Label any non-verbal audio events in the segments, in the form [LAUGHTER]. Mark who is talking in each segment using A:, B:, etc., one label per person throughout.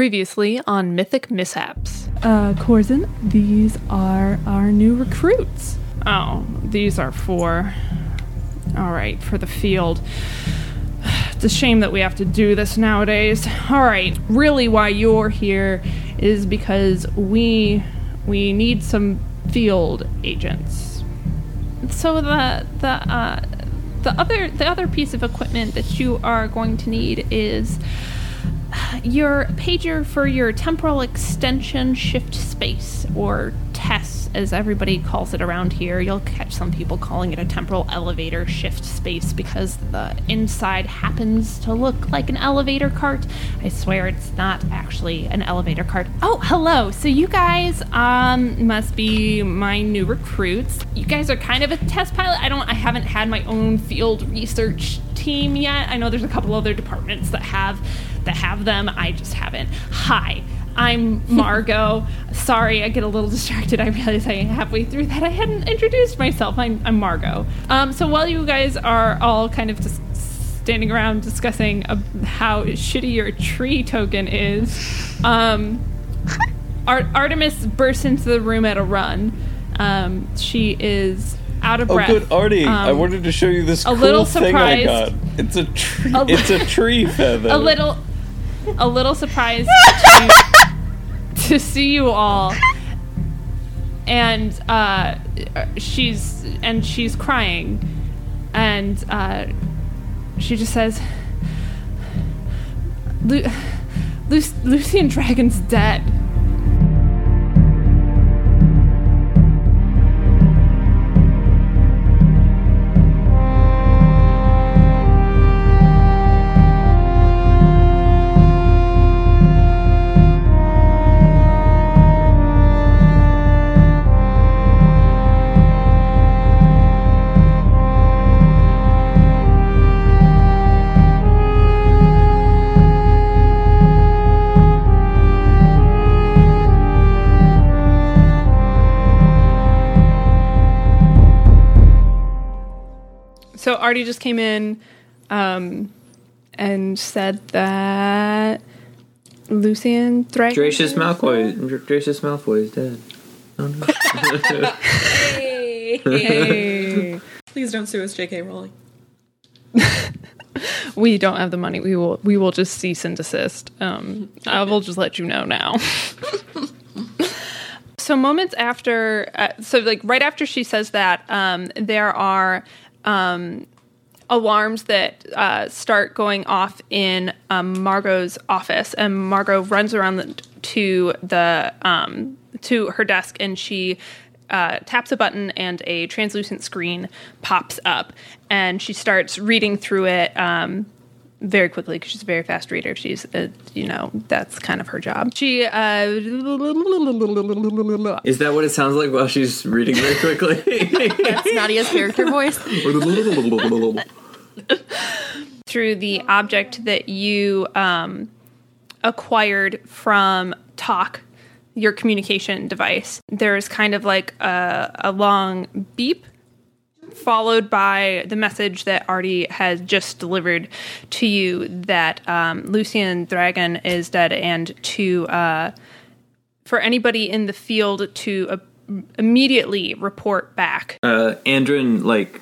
A: Previously on Mythic Mishaps.
B: Uh, Corzin, these are our new recruits.
C: Oh, these are for. All right, for the field. It's a shame that we have to do this nowadays. All right, really, why you're here is because we we need some field agents.
D: So the the uh, the other the other piece of equipment that you are going to need is your pager for your temporal extension shift space or TESS as everybody calls it around here. You'll catch some people calling it a temporal elevator shift space because the inside happens to look like an elevator cart. I swear it's not actually an elevator cart.
C: Oh, hello. So you guys um must be my new recruits.
D: You guys are kind of a test pilot. I don't I haven't had my own field research team yet. I know there's a couple other departments that have that have them. I just haven't. Hi, I'm Margot. Sorry, I get a little distracted. I realize I halfway through that I hadn't introduced myself. I'm, I'm Margot. Um, so while you guys are all kind of just standing around discussing uh, how shitty your tree token is, um, Ar- Artemis bursts into the room at a run. Um, she is out of
E: Oh,
D: breath.
E: good, Artie! I
D: Um,
E: wanted to show you this
D: a
E: cool
D: little
E: thing I
D: surprised.
E: got. It's a tree.
D: A li-
E: it's a tree feather.
D: [LAUGHS] a little a little surprised to, to see you all and uh, she's and she's crying and uh, she just says Lu- Lu- lucian dragon's dead
C: So Artie just came in um, and said that Lucian Threat.
F: Dracius Malfoy. Dracius Malfoy is dead. Oh no.
G: Please don't sue us, J.K. Rowling.
C: We don't have the money. We will. We will just cease and desist. Um, I will just let you know now.
A: [LAUGHS] So moments after, uh, so like right after she says that, um, there are um, alarms that uh, start going off in um, Margot's office, and Margot runs around the, to the um, to her desk, and she. Uh, taps a button and a translucent screen pops up, and she starts reading through it. Um, very quickly because she's a very fast reader. She's, uh, you know, that's kind of her job. She, [LAUGHS] uh,
F: Is that what it sounds like while she's reading very quickly?
G: That's Nadia's character voice.
A: through the object that you um, acquired from Talk, your communication device, there's kind of like a, a long beep. Followed by the message that Artie has just delivered to you that um, Lucian Dragon is dead, and to uh, for anybody in the field to uh, immediately report back.
F: uh, [LAUGHS] Andrin like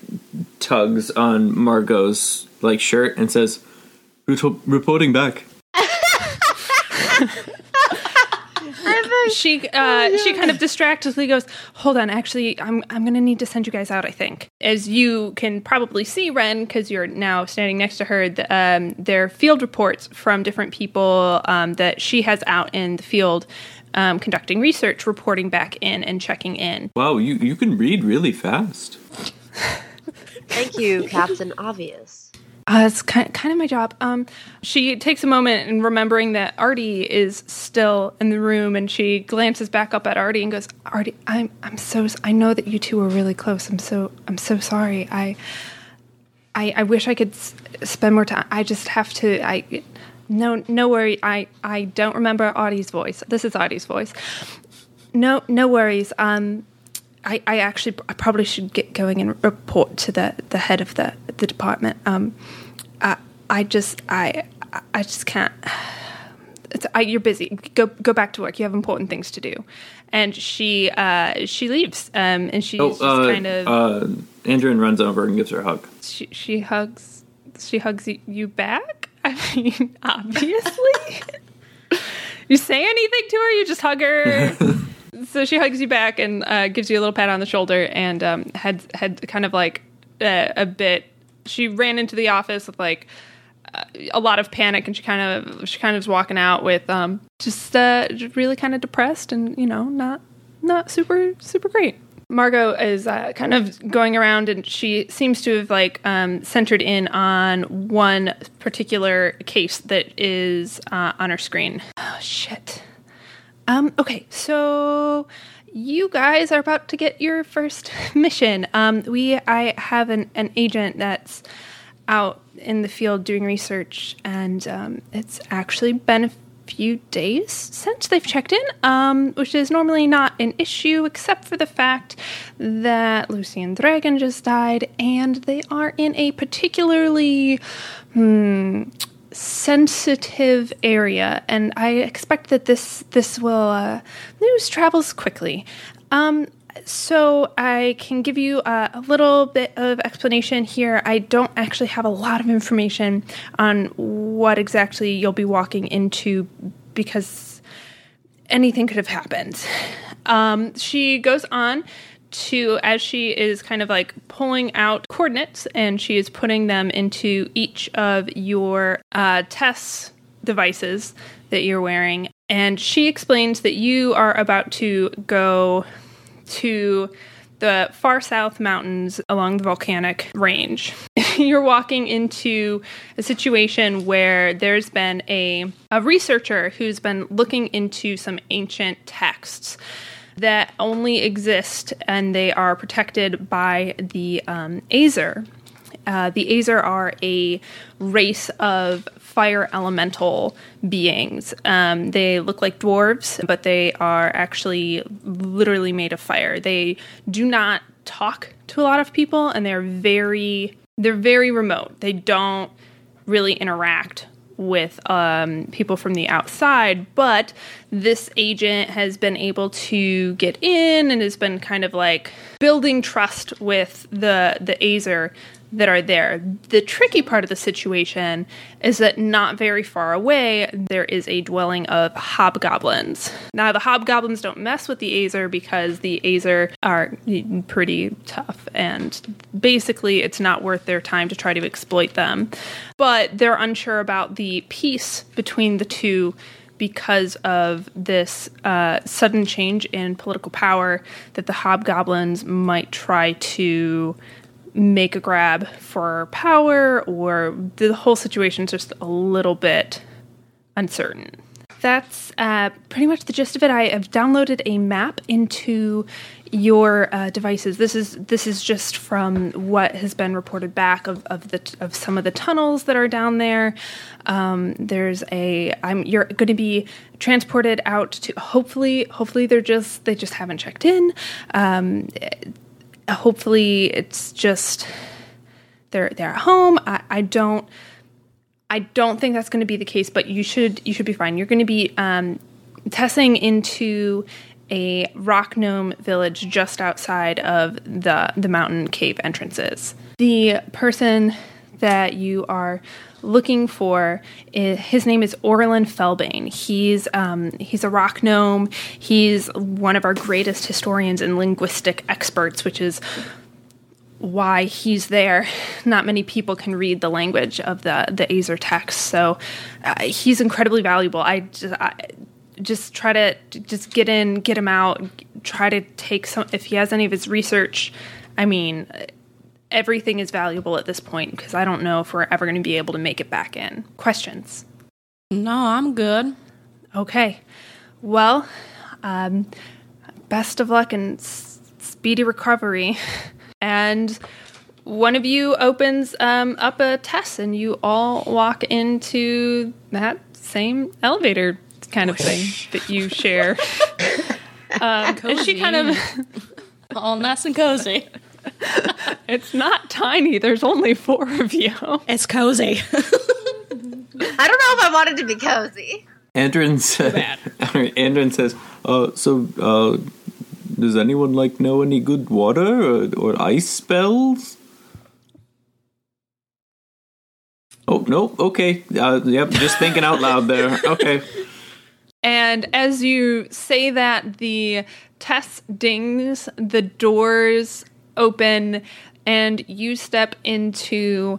F: tugs on Margot's like shirt and says, "Reto- "Reporting back."
A: she uh, she kind of distractedly goes, "Hold on, actually, I'm I'm gonna need to send you guys out. I think." As you can probably see, Ren, because you're now standing next to her, the, um, their field reports from different people um, that she has out in the field. Um, conducting research, reporting back in, and checking in.
F: Wow, you you can read really fast.
H: Thank you, Captain Obvious.
A: Uh, it's kind kind of my job. Um, she takes a moment and remembering that Artie is still in the room, and she glances back up at Artie and goes, "Artie, I'm I'm so s- I know that you two were really close. I'm so I'm so sorry. I I, I wish I could s- spend more time. I just have to. I no no worry. I I don't remember Artie's voice. This is Artie's voice. No no worries. Um, I, I actually I probably should get going and report to the, the head of the the uh, department. Um, I I just I I just can't. it's, I, you're busy. Go go back to work. You have important things to do." And she uh, she leaves, um, and she's
F: Oh,
A: just
F: uh,
A: kind of
F: uh, Andrew runs over and gives her a hug.
A: she, she hugs she hugs y- you back. I mean, [LAUGHS] obviously, [LAUGHS] you say anything to her, you just hug her. so she hugs you back and uh, gives you a little pat on the shoulder and um, had had kind of like uh, a bit. She ran into the office with like uh, a lot of panic and she kind of she kind of was walking out with um, just uh, really kind of depressed and you know not not super super great. Margot is uh, kind of going around and she seems to have like um, centered in on one particular case that is uh, on her screen. Oh shit. Um, okay, so you guys are about to get your first [LAUGHS] mission. Um, we I have an, an agent that's out in the field doing research, and um, it's actually been a few days since they've checked in, um, which is normally not an issue, except for the fact that Lucy and Dragon just died, and they are in a particularly sensitive area, and I expect that this this will uh, news travels quickly. Um, so I can give you uh, a little bit of explanation here. I don't actually have a lot of information on what exactly you'll be walking into because anything could have happened. Um, she goes on to, as she is kind of like pulling out coordinates and she is putting them into each of your uh, test devices that you're wearing. And she explains that you are about to go to the far south mountains along the volcanic range. [LAUGHS] You're walking into a situation where there's been a, a researcher who's been looking into some ancient texts that only exist and they are protected by the um, Azer. Uh, the Azer are a race of fire elemental beings. Um, they look like dwarves, but they are actually literally made of fire. They do not talk to a lot of people, and they're very they're very remote. They don't really interact with um, people from the outside, but this agent has been able to get in and has been kind of like building trust with the the Azer that are there. The tricky part of the situation is that not very far away there is a dwelling of hobgoblins. Now the hobgoblins don't mess with the Azer because the Azer are pretty tough and basically it's not worth their time to try to exploit them. But they're unsure about the peace between the two because of this uh, sudden change in political power that the hobgoblins might try to make a grab for power or the whole situation's just a little bit uncertain. That's uh, pretty much the gist of it. I have downloaded a map into your uh, devices. This is this is just from what has been reported back of, of the t- of some of the tunnels that are down there. Um, there's a I'm you're going to be transported out to hopefully hopefully they're just they just haven't checked in. Um, hopefully it's just they're they're at home. I, I don't I don't think that's going to be the case, but you should you should be fine. You're going to be um, testing into a rock gnome village just outside of the the mountain cave entrances. The person that you are looking for i- his name is Orlin Felbane. He's um, he's a rock gnome. He's one of our greatest historians and linguistic experts, which is why he's there. Not many people can read the language of the the Azer text, so uh, he's incredibly valuable. I just, I just try to just get in, get him out, try to take some. If he has any of his research, I mean, everything is valuable at this point because I don't know if we're ever going to be able to make it back in. Questions?
I: Oh,
J: No, I'm good.
A: Okay. Well, um, best of luck and s- speedy recovery. [LAUGHS] And one of you opens um, up a test, and you all walk into that same elevator kind of thing that you share. um, and she kind of,
J: All nice and cozy.
A: [LAUGHS] it's not tiny, there's only four of you.
I: It's cozy.
H: I don't know if I wanted to be cozy.
F: Andrin says. [LAUGHS]
C: bad.
F: Andrin says. Uh, so, uh, does anyone like know any good water or, or ice spells? Oh no. Okay. Uh, yep. Just thinking out loud
H: [LAUGHS]
F: there. Okay.
A: And as you say that, the test dings, the doors open, and you step into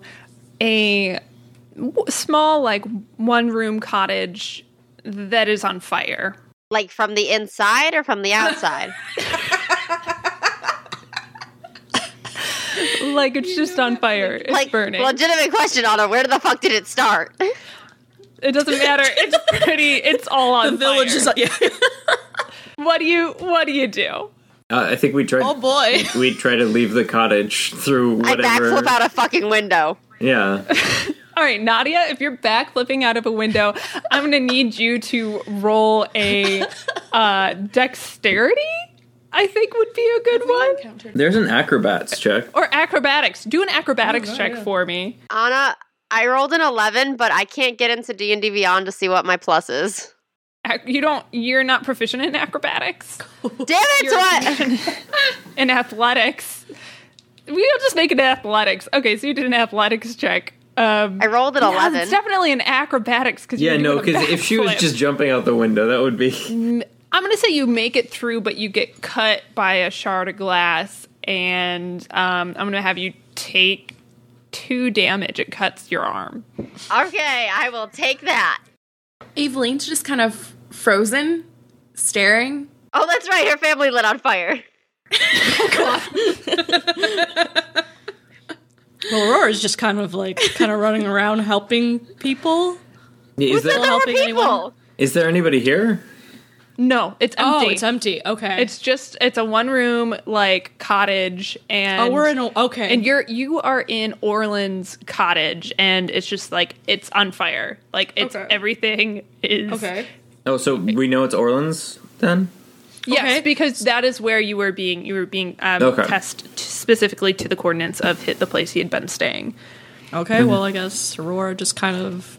A: a w- small, like one room cottage that is on fire.
H: Like from the inside or from
A: [LAUGHS]
H: the outside?
A: Like it's just on fire. It's
H: like
A: burning.
H: legitimate question, Anna. Where the fuck did it start? [LAUGHS]
A: It doesn't matter.
G: [LAUGHS]
A: It's pretty. It's all on
G: The village
A: fire.
G: is
J: [LAUGHS]
G: yeah.
A: What do you What do you do?
F: Uh, I think we tried.
G: oh boy.
F: we try to leave the cottage through
H: I backflip out a fucking window.
F: Yeah.
A: All right, Nadia, if you're backflipping out of a window, I'm gonna need you to roll a uh, dexterity. I think would be a good one,
F: There's an acrobats
H: [LAUGHS]
F: check.
A: or acrobatics. Do an acrobatics check for me.
H: Anna, I rolled an eleven, but I can't get into D and D Beyond to see what my plus is.
A: [LAUGHS] Ac- You don't. You're not proficient in acrobatics
H: Damn it!
A: [LAUGHS]
H: What?
A: in athletics. We'll just make it athletics. Okay, so you did an athletics check. Um,
H: I rolled an
A: yeah,
H: eleven.
A: it's definitely an acrobatics because
F: Yeah, no, because if she was just jumping out the window, that would be.
A: I'm gonna say you make it through, but you get cut by a shard of glass, and um, I'm gonna have you take two damage. It cuts your arm.
H: okay, I will take that.
I: Evelyn's just kind of frozen, staring.
H: Oh, that's right. Her family lit on fire.
J: Well, Aurora's just kind of like kind of running around helping people.
F: Is
H: But there
F: there,
H: were
J: helping
H: people.
J: anyone?
F: is there anybody here?
A: No, it's empty.
J: Oh, it's empty. Okay.
A: It's just it's a one room like cottage, and
J: oh, we're in a, okay.
A: and you're you are in Orland's cottage, and it's just like it's on fire. Like it's
I: Okay.
A: everything is
I: Okay.
F: Oh, so we know it's Orleans then?
A: Yes,
J: Okay.
A: because that is where you were being you were being um,
F: Okay.
A: test t- specifically to the coordinates of hit the place he had been staying.
J: okay. Well, I guess Aurora just kind of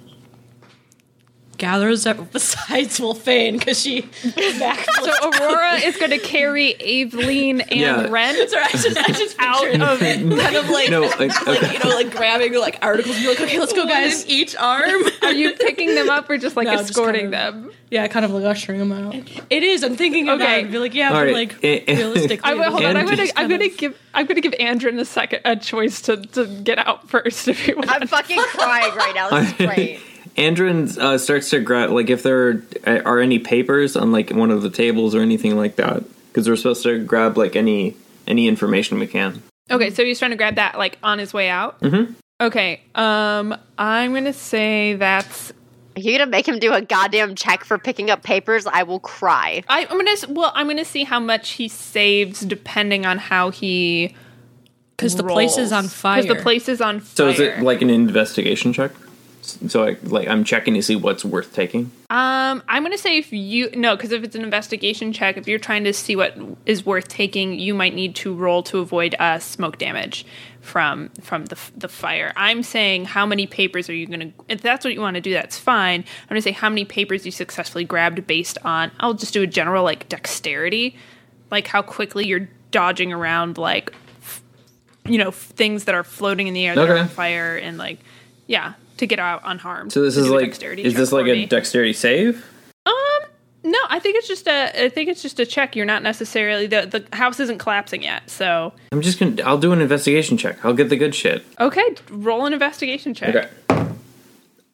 J: gathers. Up. [LAUGHS] Besides Wolfane,
I: [LAUGHS]
J: because she backflips.
A: So Aurora is going to carry Aveline and
F: Yeah.
A: Ren.
I: Sorry, I just, I
J: [LAUGHS]
I: just out of kind of like
F: No, like, okay.
I: you know like grabbing like articles. And be like, okay, let's go, guys. each arm.
A: Are you picking them up or just like
J: No, just
A: escorting
J: kind
A: them?
J: yeah, kind of like ushering them out. It is. I'm thinking about
A: Okay.
J: it. Be like, yeah,
F: All
J: but
F: right.
J: like
F: Eh, eh.
J: realistically,
A: I, hold on,
F: And
A: I'm gonna
F: just
A: I'm gonna give I'm gonna give Andrin a second a choice to, to get out first [LAUGHS] if you want.
H: I'm fucking crying right now. This is great.
F: Andrin uh, starts to grab, like, if there are, are any papers on, like, one of the tables or anything like that. Because we're supposed to grab, like, any any information we can.
A: Okay, so he's trying to grab that like on his way out. Mm-hmm. Okay, um, I'm gonna say that's
H: Are you gonna make him do a goddamn check for picking up papers? I will cry.
A: I, I'm gonna s- well I'm gonna see how much he saves depending on how he
J: because the place is on fire.
A: because the place is on fire.
F: So is it, like, an investigation check? S- So, I, like, I'm checking to see what's worth taking.
A: Um, I'm gonna say if you no, because if it's an investigation check, if you're trying to see what is worth taking, you might need to roll to avoid uh, smoke damage from from the f- the fire. I'm saying how many papers are you gonna? If that's what you want to do, that's fine. I'm gonna say how many papers you successfully grabbed based on. I'll just do a general like dexterity, like how quickly you're dodging around like, f- you know, f- things that are floating in the air that are
F: Okay.
A: on fire and like, yeah, to get out unharmed.
F: So, this
A: Do
F: is,
A: a
F: like,
A: dexterity
F: is
A: check
F: this, like,
A: for
F: a
A: me.
F: dexterity save?
A: Um, no, I think it's just a. I think it's just a check. You're not necessarily the the house isn't collapsing yet. So
F: I'm just gonna. I'll do an investigation check. I'll get the good shit.
A: okay, roll an investigation check.
F: Okay.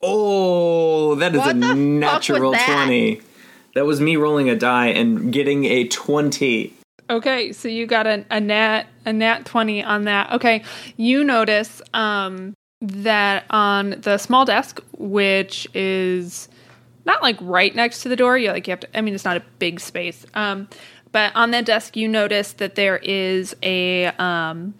F: Oh, that is
H: What
F: a
H: the fuck was
F: natural
H: that?
F: twenty. That was me rolling a die and getting a twenty.
A: Okay, so you got a, a nat a nat twenty on that. Okay, you notice um that on the small desk, which is not like right next to the door. You like you have to. I mean, it's not a big space. Um, but on that desk, you notice that there is a um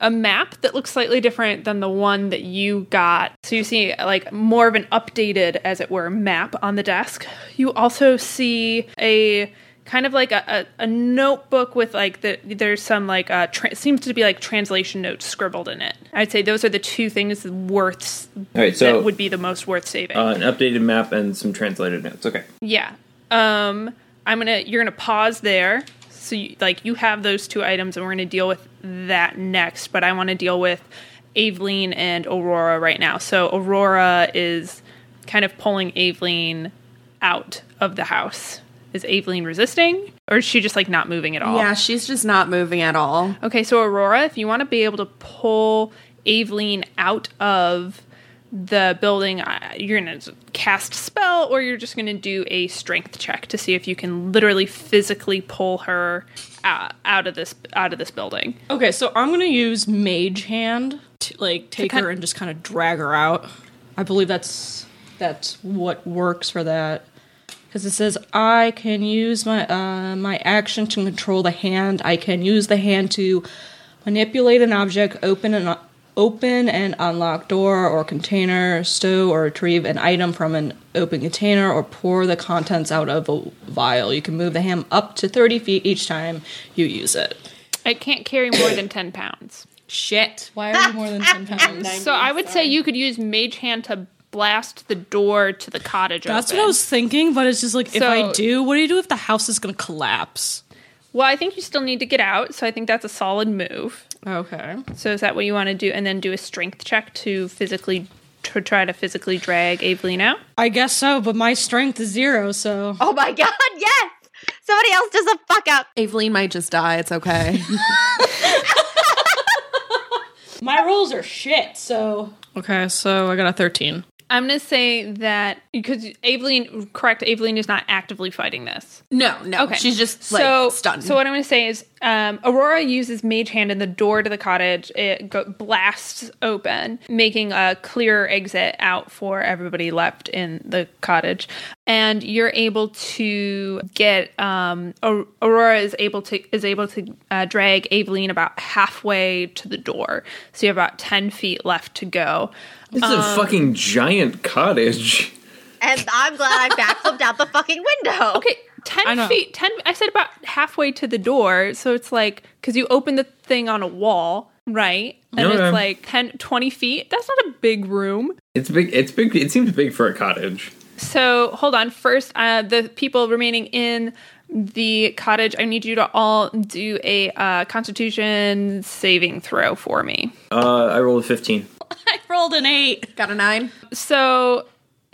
A: a map that looks slightly different than the one that you got. So you see like more of an updated, as it were, map on the desk. You also see a kind of like a, a, a notebook with like the there's some like uh tra- seems to be like translation notes scribbled in it. I'd say those are the two things worth
F: All right, so-
A: that would be the most worth saving.
F: Uh, an updated map and some translated notes. Okay.
A: Yeah. Um I'm going to you're going to pause there. So you, like you have those two items and we're going to deal with that next, but I want to deal with Aveline and Aurora right now. So Aurora is kind of pulling Aveline out of the house. Is Aveline resisting or is she just like not moving at all?
I: Yeah, she's just not moving at all.
A: Okay, so Aurora, if you want to be able to pull Aveline out of the building, I- you're going to cast spell or you're just going to do a strength check to see if you can literally physically pull her uh, out of this out of this building.
J: Okay, so I'm gonna use Mage Hand to like take her and just kind of drag her out. I believe that's that's what works for that. Because it says I can use my uh, my action to control the hand. I can use the hand to manipulate an object, open an open and unlock door or container, stow or retrieve an item from an open container, or pour the contents out of a vial. You can move the hand up to 30 feet each time you use it.
D: It can't carry more than 10 pounds.
J: Shit. Why are we more than 10 pounds?
D: So I would say you could use Mage Hand to blast the door to the cottage.
J: That's
D: open.
J: what I was thinking, but it's just like, if I
D: So-
J: do, what do you do if the house is going to collapse?
A: Well, I think you still need to get out, so I think that's a solid move.
J: Okay.
A: So is that what you want to do and then do a strength check to physically to try to physically drag Aveline out?
J: I guess so, but my strength is zero, so.
H: Oh my god, [LAUGHS] yes! Somebody else does a fuck up.
I: Aveline might just die. It's okay.
J: My rolls are shit, so. Okay, so I got a 13.
A: I'm going to say that because Aveline correct Aveline is not actively fighting this.
I: [LAUGHS] no, no.
A: Okay.
I: She's just like
A: so,
I: stunned.
A: So what I'm going to say is, um, Aurora uses Mage Hand, and the door to the cottage it go- blasts open, making a clear exit out for everybody left in the cottage. And you're able to get um, Au- Aurora is able to is able to uh, drag Aveline about halfway to the door. So you have about ten feet left to go.
F: This is
A: Um,
F: a fucking giant cottage.
H: And I'm glad I backflipped out the fucking window. [LAUGHS]
A: Okay,
J: I
A: ten
J: know.
A: feet. Ten. I said about halfway to the door, so it's like because you open the thing on a wall, right? And
F: Okay.
A: it's like 10, 20 feet. That's not a big room.
F: It's big. It's big. It seems big for a cottage.
A: So hold on. First, uh, the people remaining in the cottage, I need you to all do a uh, Constitution saving throw for me.
F: Uh, I rolled a fifteen.
J: I rolled an 8.
I: Got a nine.
A: so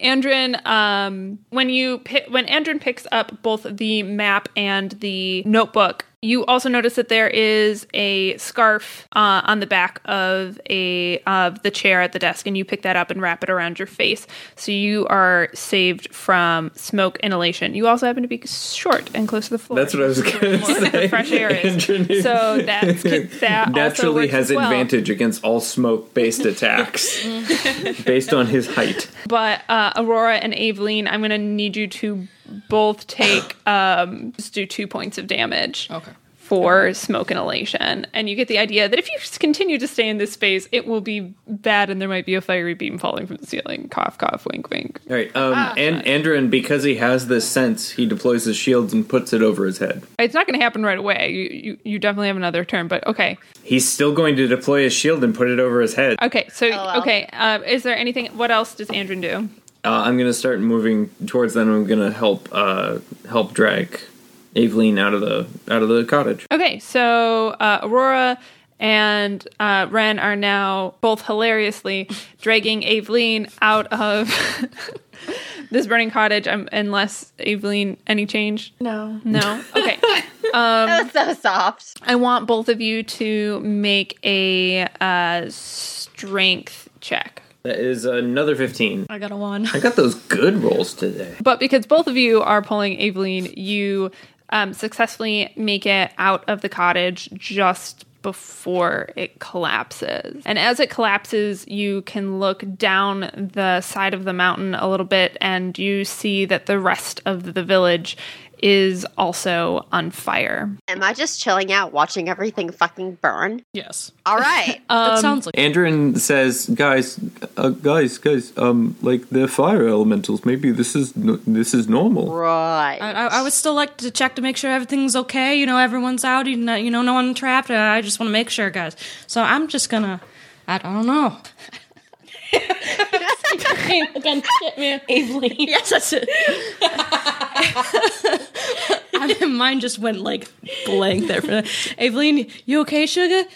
A: Andrin, um, when you pi- when Andrin picks up both the map and the notebook, you also notice that there is a scarf uh, on the back of a of the chair at the desk, and you pick that up and wrap it around your face, so you are saved from smoke inhalation. You also happen to be short and close to the floor.
F: That's what I was gonna say.
A: fresh air is.
F: Andrew-
A: So
F: [LAUGHS]
A: that's- that also
F: naturally
A: works
F: has
A: as well.
F: advantage against
A: [LAUGHS]
F: all smoke-based attacks based on his height.
A: But uh, Aurora and Aveline, I'm going to need you to both take um, just do two points of damage.
J: Okay.
A: For smoke inhalation, and you get the idea that if you s- continue to stay in this space, it will be bad, and there might be a fiery beam falling from the ceiling. Cough, cough, wink, wink.
F: All right. Um,
A: Ah,
F: and Andrin, because he has this sense, he deploys his shields and puts it over his head.
A: It's not going to happen right away. You, you you definitely have another turn, but okay,
F: He's still going to deploy his shield and put it over his head.
A: okay. So
H: well.
A: okay, uh, is there anything? What else does Andrin do?
F: Uh, I'm gonna start moving towards them. I'm gonna help uh, help drag Aveline out of the out of the cottage.
A: Okay, so uh, Aurora and uh, Ren are now both hilariously dragging Aveline out of [LAUGHS] this burning cottage. Um, unless Aveline, any change?
I: No.
A: No. Okay.
H: That was so soft.
A: I want both of you to make a uh, strength check.
F: That is another 15.
J: I got a 1.
F: I got those good rolls today.
A: But because both of you are pulling Aveline, you um, successfully make it out of the cottage just before it collapses. And as it collapses, you can look down the side of the mountain a little bit and you see that the rest of the village
C: is also on fire.
H: Am I just chilling out, watching everything fucking burn?
J: Yes. Um,
H: All [LAUGHS] right.
J: that sounds like
F: Andrin says, "Guys, uh, guys, guys, um, like they're fire elementals. Maybe this is n- this is normal."
H: right.
J: I, I, I would still like to check to make sure everything's okay. You know, everyone's out. You know, you know no one trapped. I I just want to make sure, guys. So I'm just gonna. I, I don't [LAUGHS] know. Again, hit me ably. [LAUGHS] Yes, that's it. I mean, mine just went like blank there for that. Aveline, you okay, sugar?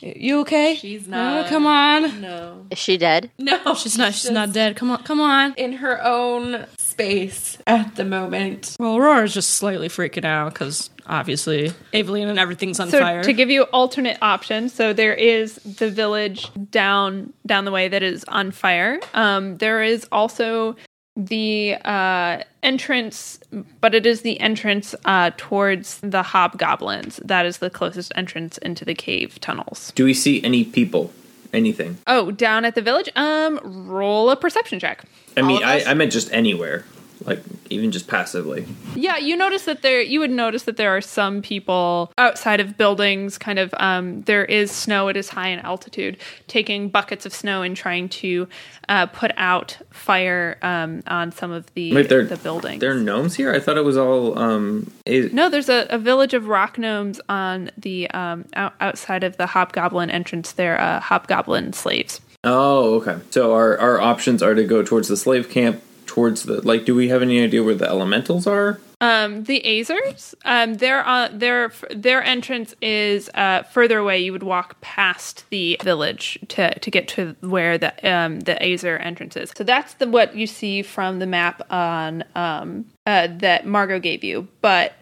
J: You okay? She's
I: not.
J: come on.
I: No.
H: Is she dead?
I: No. [LAUGHS]
J: She's not. She's not dead. Come on. Come on.
I: in her own space at the moment.
J: Well, Aurora's just slightly freaking out because obviously Aveline and everything's on
A: So
J: fire.
A: to give you alternate options, so there is the village down down the way that is on fire. Um, there is also the uh, entrance, but it is the entrance uh, towards the hobgoblins. That is the closest entrance into the cave tunnels.
F: Do we see any people? Anything?
A: Oh, down at the village. Um, roll a perception check.
F: I mean,
H: of
F: I,
H: us?
F: I meant just anywhere, like even just passively.
A: Yeah, you notice that there. You would notice that there are some people outside of buildings. Kind of, um, there is snow. It is high in altitude. Taking buckets of snow and trying to uh, put out fire um, on some of the
F: Wait, they're
A: the buildings.
F: They're gnomes here. I thought it was all um. Is,
A: no, there's a, a village of rock gnomes on the um, out, outside of the hobgoblin entrance. They're uh, hobgoblin slaves.
F: Oh, okay. So our our options are to go towards the slave camp. Towards the like, do we have any idea where the elementals are?
A: Um, the Azers, um, their uh, their their entrance is uh, further away. You would walk past the village to, to get to where the um, the Azer entrance is. So that's the what you see from the map on um, uh, that Margot gave you. But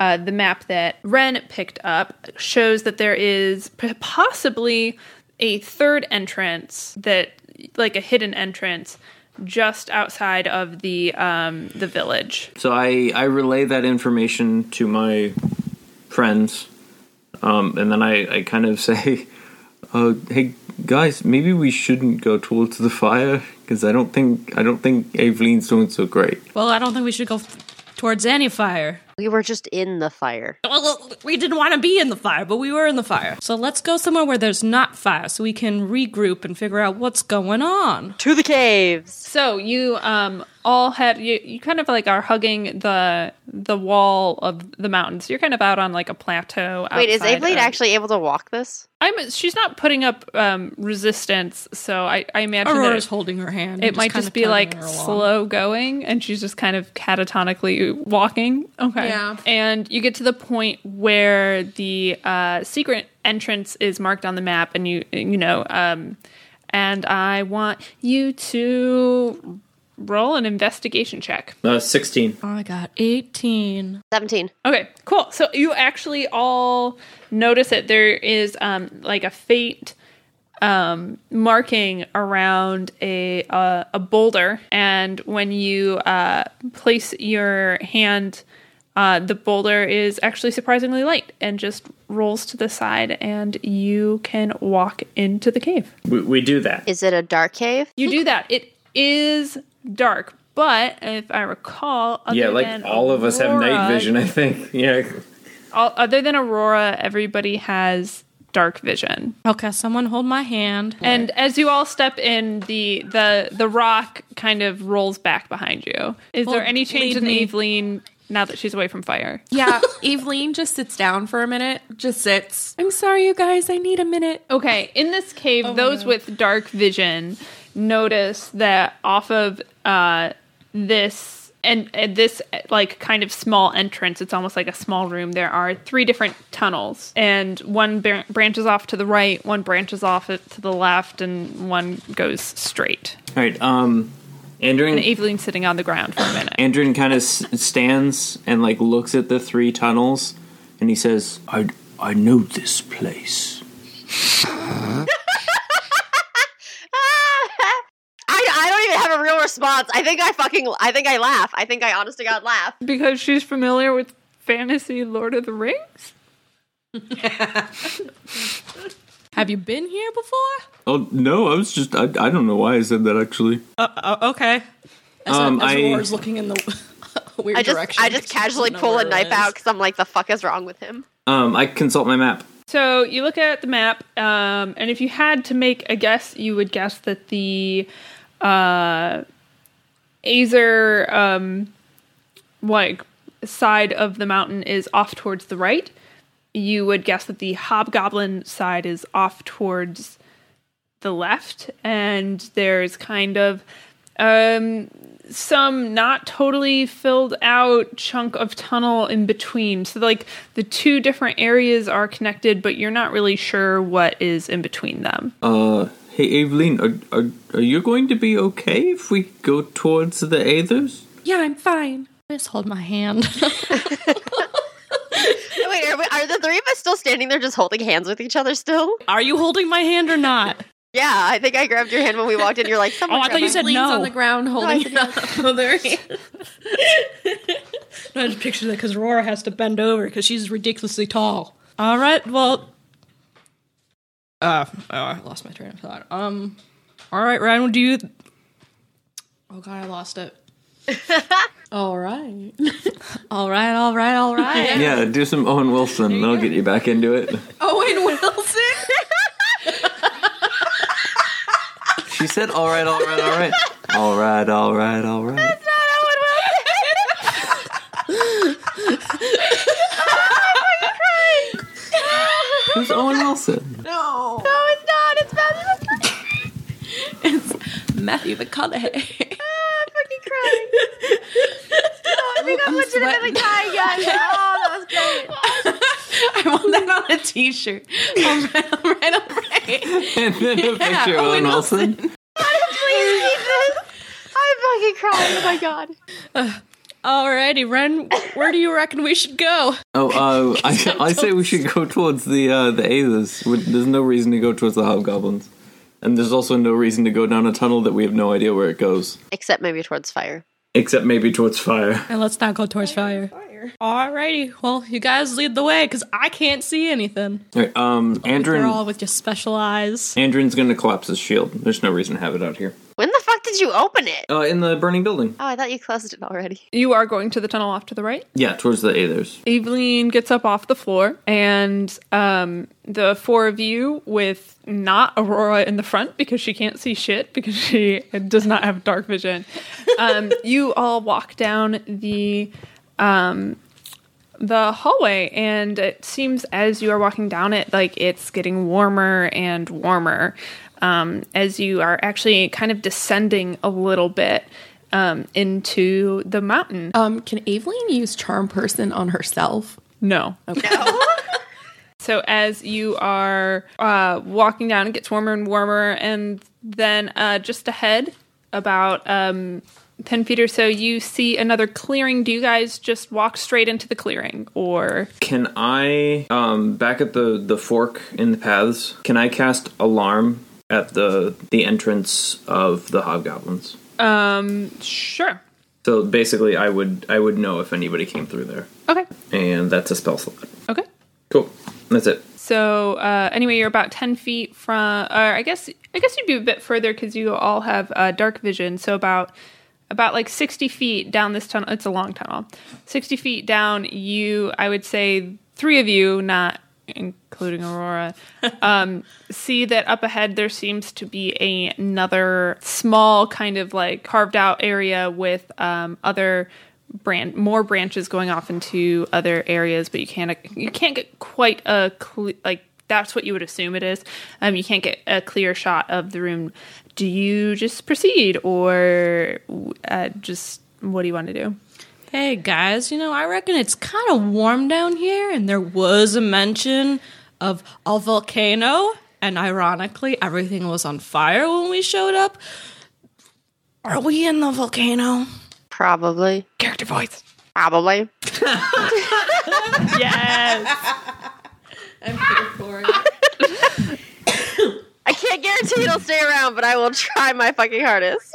A: uh, the map that Ren picked up shows that there is p- possibly a third entrance that like a hidden entrance just outside of the um, the village.
F: So I I relay that information to my friends, um, and then I I kind of [LAUGHS] say, uh, "Hey guys, maybe we shouldn't go towards the fire because I don't think I don't think Aveline's doing so great."
J: well, I don't think we should go f- towards any fire.
H: We were just in the fire.
J: Well, we didn't want to be in the fire, but we were in the fire. So let's go somewhere where there's not fire, so we can regroup and figure out what's going on.
H: To the caves.
A: So you um all have you, you kind of like are hugging the the wall of the mountains. You're kind of out on like a plateau.
H: Wait, is
A: outside
H: Aveline
A: of-
H: actually able to walk this?
A: I'm she's not putting up um resistance, so I I imagine that
J: Aurora's
A: it,
J: holding her hand. and
A: it might
J: kinda
A: just be
J: tugging
A: like
J: her along.
A: slow going, and she's just kind of catatonically walking. Okay,
I: Yeah.
A: And you get to the point where the uh, secret entrance is marked on the map, and you you know um, and I want you to roll an investigation check.
F: Uh, Sixteen.
J: Oh, I got 18.
H: 17.
A: Okay, cool. So you actually all notice that there is um, like a faint um, marking around a uh, a boulder, and when you uh, place your hand, uh, the boulder is actually surprisingly light and just rolls to the side, and you can walk into the cave.
F: We, we do that.
H: Is it a dark cave? [LAUGHS]
A: You do that. It is dark, but if I recall, other
F: yeah,
A: than
F: like all of us have night
A: Aurora,
F: vision. I think. [LAUGHS] Yeah.
A: all, other than Aurora, everybody has dark vision.
J: Okay, someone hold my hand.
A: And as you all step in, the the the rock kind of rolls back behind you. Is there any change
J: lead
A: in
J: me.
A: Eveline now that she's away from fire?
I: [LAUGHS] Yeah, Eveline just sits down for a minute. Just sits. Oh. I'm sorry, you guys. I need a minute.
A: Okay, in this cave, those with dark vision notice that off of uh, this and, and this like kind of small entrance, it's almost like a small room. There are three different tunnels, and one br- branches off to the right, one branches off to the left, and one goes straight.
F: All right. Um, Andrin
A: And Aveline's sitting on the ground for a minute.
F: Andrin kind of s- stands and like looks at the three tunnels, and he says, "I I know this place."
H: I, I don't even have a real response. I think I fucking, I think I laugh. I think I honest to God laugh.
A: because she's familiar with fantasy Lord of the Rings.
J: Have you been here before?
F: Oh no, I was just I, I don't know why I said that actually.
J: Uh, oh, okay. As,
F: Um,
J: as
F: I-
J: Aurora's looking in the [LAUGHS] weird
H: I just
J: direction.
H: I just
J: 'cause she doesn't
H: casually
J: know
H: pull a
J: where it
H: knife
J: is.
H: out because I'm like, the fuck is wrong with him?
F: Um, I consult my map.
A: So you look at the map, um, and if you had to make a guess, you would guess that the uh, Azer, um, like side of the mountain is off towards the right. You would guess that the Hobgoblin side is off towards the left, and there's kind of um, some not totally filled out chunk of tunnel in between. So like the two different areas are connected, but you're not really sure what is in between them.
F: Uh, hey, Aveline, are, are, are you going to be okay if we go towards the Aethers?
I: Yeah, I'm fine.
J: Miss, hold my hand. [LAUGHS]
H: Wait, are, we, are the three of us still standing there just holding hands with each other still?
J: Are you holding my hand or not?
H: Yeah, I think I grabbed your hand when we walked in. You're like, someone
J: Oh, I
H: grab
J: thought you
H: my-
J: said
I: Leans
J: no.
I: on the ground holding it [LAUGHS] up.
J: No, I just picture that because Aurora has to bend over because she's ridiculously tall. All right, well. Uh, oh, I lost my train of thought. Um, all right, Ryan, do you. Oh, God, I lost [LAUGHS] it.
I: All right.
J: All right, all right, all right. [LAUGHS]
F: Yeah, do some Owen Wilson, and I'll get you back into it.
I: [LAUGHS] Owen Wilson.
F: [LAUGHS] She said, all right, all right, all
I: [LAUGHS]
F: right. All right, all right, all right.
I: [LAUGHS] Oh
F: Who's Owen Wilson? [LAUGHS]
I: No.
H: No, it's not. It's bad. It's not.
I: [LAUGHS] It's Matthew Ah, McConaughey.
H: I'm fucking
I: [LAUGHS]
H: crying. Oh, I think I'm,
I: I'm
H: legitimately
I: sweating.
H: crying. Yes. Oh,
J: [LAUGHS]
H: that was great.
I: I want that on a t-shirt. All right, all right, all right.
F: And then a
I: Yeah,
F: picture of Owen
I: Owen
F: Wilson.
H: Please keep this. I'm fucking crying. Oh my god.
J: Alrighty, Ren, where do you reckon we should go?
F: Oh, uh, I,
J: [LAUGHS]
F: I say we should go towards the uh, the Aethers. We- There's no reason to go towards the Hobgoblins. And there's also no reason to go down a tunnel that we have no idea where it goes.
H: Except maybe towards fire.
F: Except maybe towards fire.
J: And let's not go towards fire. Alrighty, well, you guys lead the way because I can't see anything.
F: Alright, um,
J: They're
F: Andrin,
J: all with just special eyes.
F: Andrin's gonna collapse his shield. There's no reason to have it out here.
H: When the fuck did you open it?
F: Uh, in the burning building.
H: Oh, I thought you closed it already.
A: You are going to the tunnel off to the right.
F: Yeah, towards the Aethers.
A: Evelyn gets up off the floor, and um, the four of you, with not Aurora in the front because she can't see shit because she does not have dark vision, um, you all walk down the um, the hallway, and it seems as you are walking down it, like it's getting warmer and warmer um, as you are actually kind of descending a little bit um, into the mountain.
I: [LAUGHS] Um, can Aveline use charm person on herself?
A: No. [LAUGHS] So as you are uh, walking down, it gets warmer and warmer, and then uh, just ahead, about um, ten feet or so, you see another clearing. Do you guys just walk straight into the clearing, or
F: Can I, um, back at the, the fork in the paths, can I cast alarm at the the entrance of the Hobgoblins?
A: um, sure,
F: So basically, I would I would know if anybody came through there,
A: okay,
F: and that's a spell slot.
A: okay.
F: Cool. That's it.
A: So uh, anyway, you're about ten feet from, or I guess I guess you'd be a bit further because you all have uh, dark vision. So about about like sixty feet down this tunnel. It's a long tunnel. Sixty feet down, you I would say three of you, not including Aurora, um, see that up ahead there seems to be a- another small kind of like carved out area with um, other brand more branches going off into other areas, but you can't you can't get quite a cle- like that's what you would assume it is. Um, you can't get a clear shot of the room. Do you just proceed or uh, just what do you want to do?
J: Hey guys, you know, I reckon it's kind of warm down here, and there was a mention of a volcano, and ironically, everything was on fire when we showed up. Are we in the volcano?
H: Probably. Character voice. Probably. I can't guarantee it'll stay around, but I will try my fucking hardest.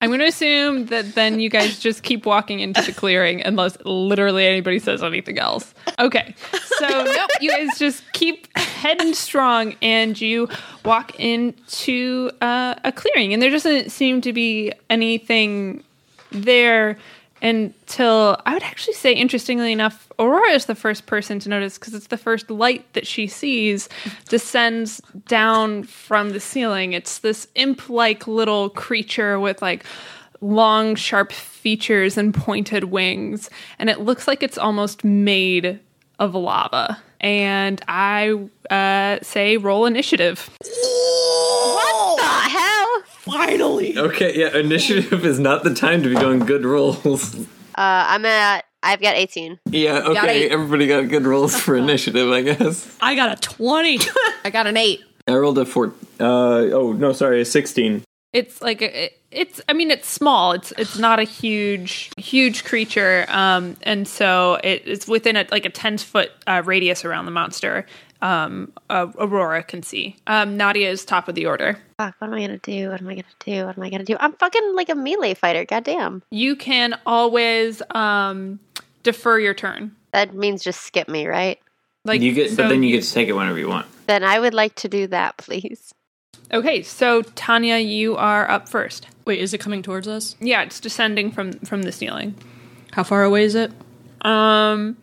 A: I'm going to assume that then you guys just keep walking into the clearing unless literally anybody says anything else. Okay. So, nope, you guys just keep heading strong and you walk into uh, a clearing. And there doesn't seem to be anything there until I would actually say, interestingly enough, Aurora is the first person to notice because it's the first light that she sees descends down from the ceiling. It's this imp like little creature with like long, sharp features and pointed wings, and it looks like it's almost made of lava. And I uh, say roll initiative.
H: What the hell?
J: Finally!
F: Okay, yeah, initiative is not the time to be doing good rolls. [LAUGHS]
H: Uh, I'm at. I've got 18.
F: Yeah,
H: Got
F: okay,
H: eight.
F: everybody got good rolls
J: [LAUGHS]
F: for initiative, I guess.
J: I got a 20.
I: I got an eight.
F: I rolled a four. Uh, oh, no, sorry, a 16.
A: it's like a- it, it's i mean it's small it's it's not a huge huge creature um and so it is within a like a 10 foot uh, radius around the monster um uh, aurora can see um nadia is top of the order
H: Fuck, what am I gonna do? What am I gonna do? What am I gonna do? I'm fucking like a melee fighter, goddamn.
A: you can always um defer your turn
H: That means just skip me, right?
A: like
F: you get,
A: so-
F: But then you get to take it whenever you want.
H: Then I would like to do that, please.
A: okay so tanya you are up first
J: [LAUGHS] Wait, is it coming towards us?
A: yeah it's descending from from the ceiling
J: How far away is it?
A: Um,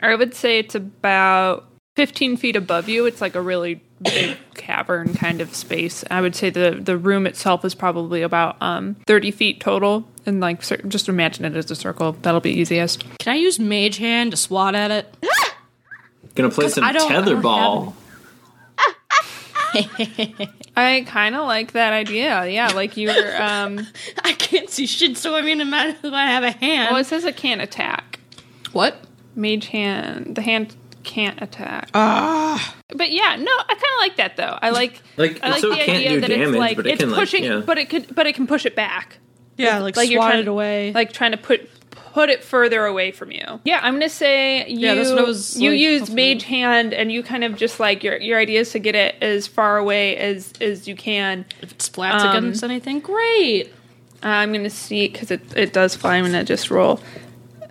A: I would say it's about 15 feet above you. It's like a really big cavern kind of space. I would say the the room itself is probably about um 30 feet total, and like cir- just imagine it as a circle. That'll be easiest.
J: Can I use Mage Hand to swat at it? [LAUGHS]
F: Gonna play some
J: I don't- I don't
F: tether
J: have
F: ball.
A: I kind of like that idea. Yeah, like you were. Um, [LAUGHS]
J: I can't see shit, so I mean, I might as well have a hand.
A: well, oh, it says it can't attack.
I: What?
A: Mage hand. The hand can't attack. But yeah, no, I kind of like that though. I like.
F: Like,
A: I like
F: so
A: the
F: it can't
A: idea
F: do
A: that
F: damage,
A: it's like
F: but it
A: it's
F: can, like,
A: pushing,
F: yeah.
A: but it could, but it can push it back.
J: yeah, like,
A: like you're
J: swat
A: trying-
J: it away.
A: like trying to put put it further away from you. Yeah, I'm gonna say you
J: Yeah, that's what I was,
A: you
J: like,
A: used
J: hopefully-
A: mage hand and you kind of just like your your idea is to get it as far away as as you can.
J: if it splats
A: um,
J: against anything, great.
A: I'm gonna see because it it does fly. I'm gonna just roll.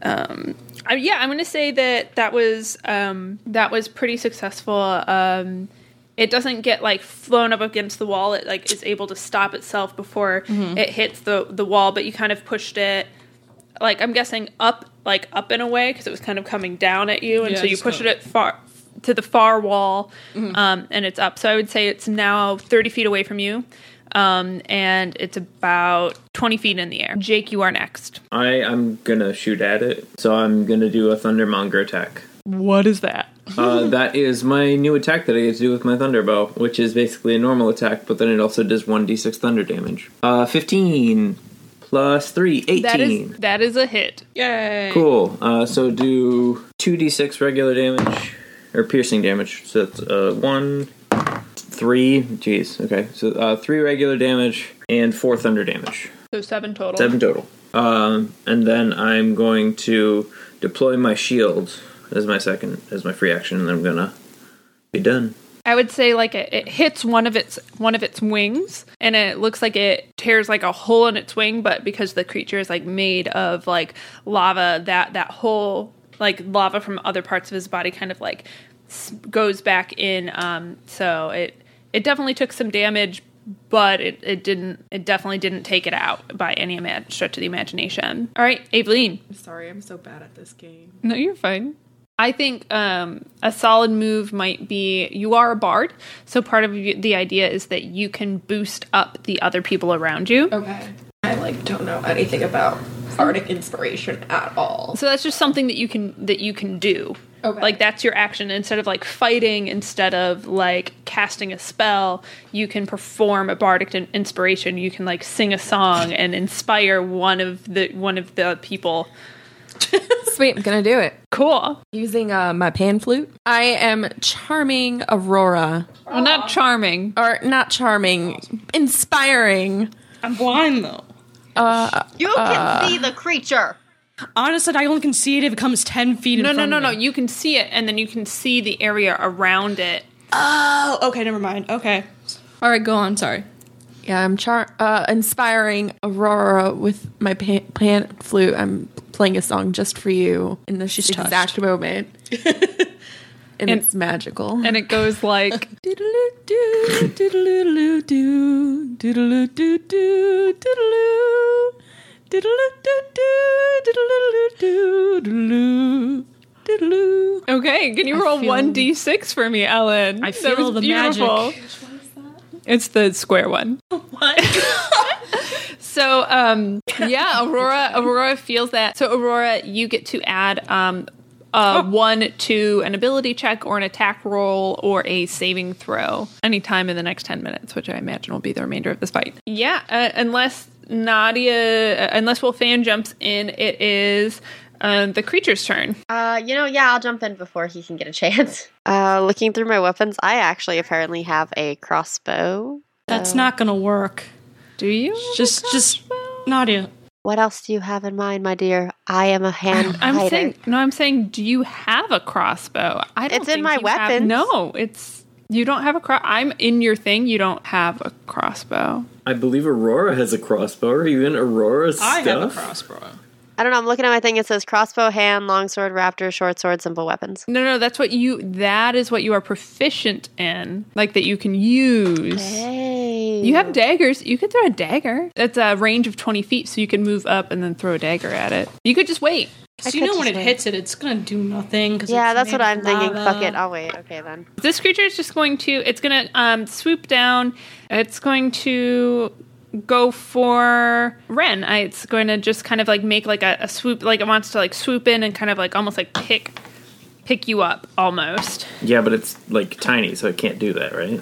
A: Um, I- yeah, I'm gonna say that that was um, that was pretty successful. Um, it doesn't get like flown up against the wall. It like is able to stop itself before
C: Mm-hmm.
A: it hits the the wall. But you kind of pushed it. Like I'm guessing up, like up in a way because it was kind of coming down at you, and
J: Yeah,
A: so you
J: just
A: pushed it
J: kinda-
A: at far to the far wall,
C: Mm-hmm.
A: um, and it's up. So I would say it's now 30 feet away from you, um, and it's about 20 feet in the air. Jake, you are next.
F: I, I'm gonna shoot at it, so I'm gonna do a Thundermonger attack.
C: What is that?
F: Uh, that is my new attack that I get to do with my Thunderbow, which is basically a normal attack, but then it also does 1d6 thunder damage. Uh, 15 plus 3, 18.
A: That is that is a hit.
J: Yay.
F: Cool. Uh, so do 2d6 regular damage, or piercing damage. So that's uh, 1, 3, jeez, okay. So uh, 3 regular damage and 4 thunder damage.
A: So seven total.
F: Seven total. Um, and then I'm going to deploy my shield as my second, as my free action, and then I'm gonna be done.
A: I would say like it, it hits one of its one of its wings, and it looks like it tears like a hole in its wing. But because the creature is like made of like lava, that that whole like lava from other parts of his body kind of like s- goes back in. Um, so it it definitely took some damage, but it, it didn't it definitely didn't take it out by any ima- stretch of the imagination. All right, Aveline.
I: Sorry, I'm so bad at this game.
A: No, you're fine. I think um, a solid move might be you are a bard, so part of y- the idea is that you can boost up the other people around you.
I: Okay. I like don't know anything about Arctic inspiration at all.
A: So that's just something that you can that you can do.
I: Okay.
A: Like that's your action instead of like fighting, instead of like casting a spell, you can perform a bardic in- inspiration. You can like sing a song and inspire one of the one of the people. [LAUGHS]
I: Sweet, I'm gonna do it.
A: Cool.
I: Using uh, my pan flute, I am charming Aurora,
A: Well, not charming.
I: or not charming, inspiring.
J: I'm blind, though.
H: You
A: Uh.
H: can see the creature.
J: Honestly, I only can see it if it comes 10 feet in
A: No, no,
J: front
A: no,
J: of
A: no.
J: me.
A: You can see it, and then you can see the area around it.
J: Oh, okay, never mind. Okay. All right, go on. Sorry.
I: Yeah, I'm char- uh, inspiring Aurora with my pan, pan flute. I'm playing a song just for you in this
J: She's touched.
I: exact moment, and, it's magical.
A: and it goes like
I: Doodaloo doo, doodaloo doo, doodaloo doo doo, doodaloo,
A: Okay, can you roll
J: feel-
A: one d six for me, Ellen?
J: I feel the magic.
A: It's the square one. What? [LAUGHS] so, um, yeah, Aurora. Aurora feels that. So, Aurora, you get to add um,
J: Oh.
A: a one to an ability check or an attack roll or a saving throw anytime in the next ten minutes, which I imagine will be the remainder of this fight. Yeah, uh, unless Nadia, uh, unless Wolfan jumps in, it is um, the creature's turn.
H: Uh, you know, yeah, I'll jump in before he can get a chance. [LAUGHS] Uh, looking through my weapons, I actually apparently have a crossbow.
J: That's not gonna work.
A: Do you?
J: Just, just Nadia.
H: What else do you have in mind, my dear? I am a hand.
A: I'm
H: hider.
A: saying no. I'm saying, do you have a crossbow? I don't.
H: It's in
A: think
H: my
A: you have-
H: weapons.
A: no, it's you don't have a cross. I'm in your thing. You don't have a crossbow.
F: I believe Aurora has a crossbow, or even Aurora's
J: I
F: stuff.
J: have a crossbow.
H: I don't know. I'm looking at my thing. It says crossbow, hand, longsword, raptor, short sword, simple weapons.
A: No, no, that's what you. That is what you are proficient in, like that you can use.
H: Hey,
A: You have daggers. You could throw a dagger. That's a range of twenty feet, so you can move up and then throw a dagger at it. You could just wait.
J: So you know when it hits it, it's gonna do nothing. Cause
H: Yeah, that's
J: it's
H: what
J: made
H: I'm
J: of
H: thinking.
J: lava.
H: Fuck it. I'll wait. Okay then.
A: This creature is just going to. It's going to um, swoop down. It's going to go for Ren. I, it's going to just kind of like make like a, a swoop. Like it wants to like swoop in and kind of like almost like pick pick you up almost.
F: Yeah, but it's like tiny, so it can't do that, right?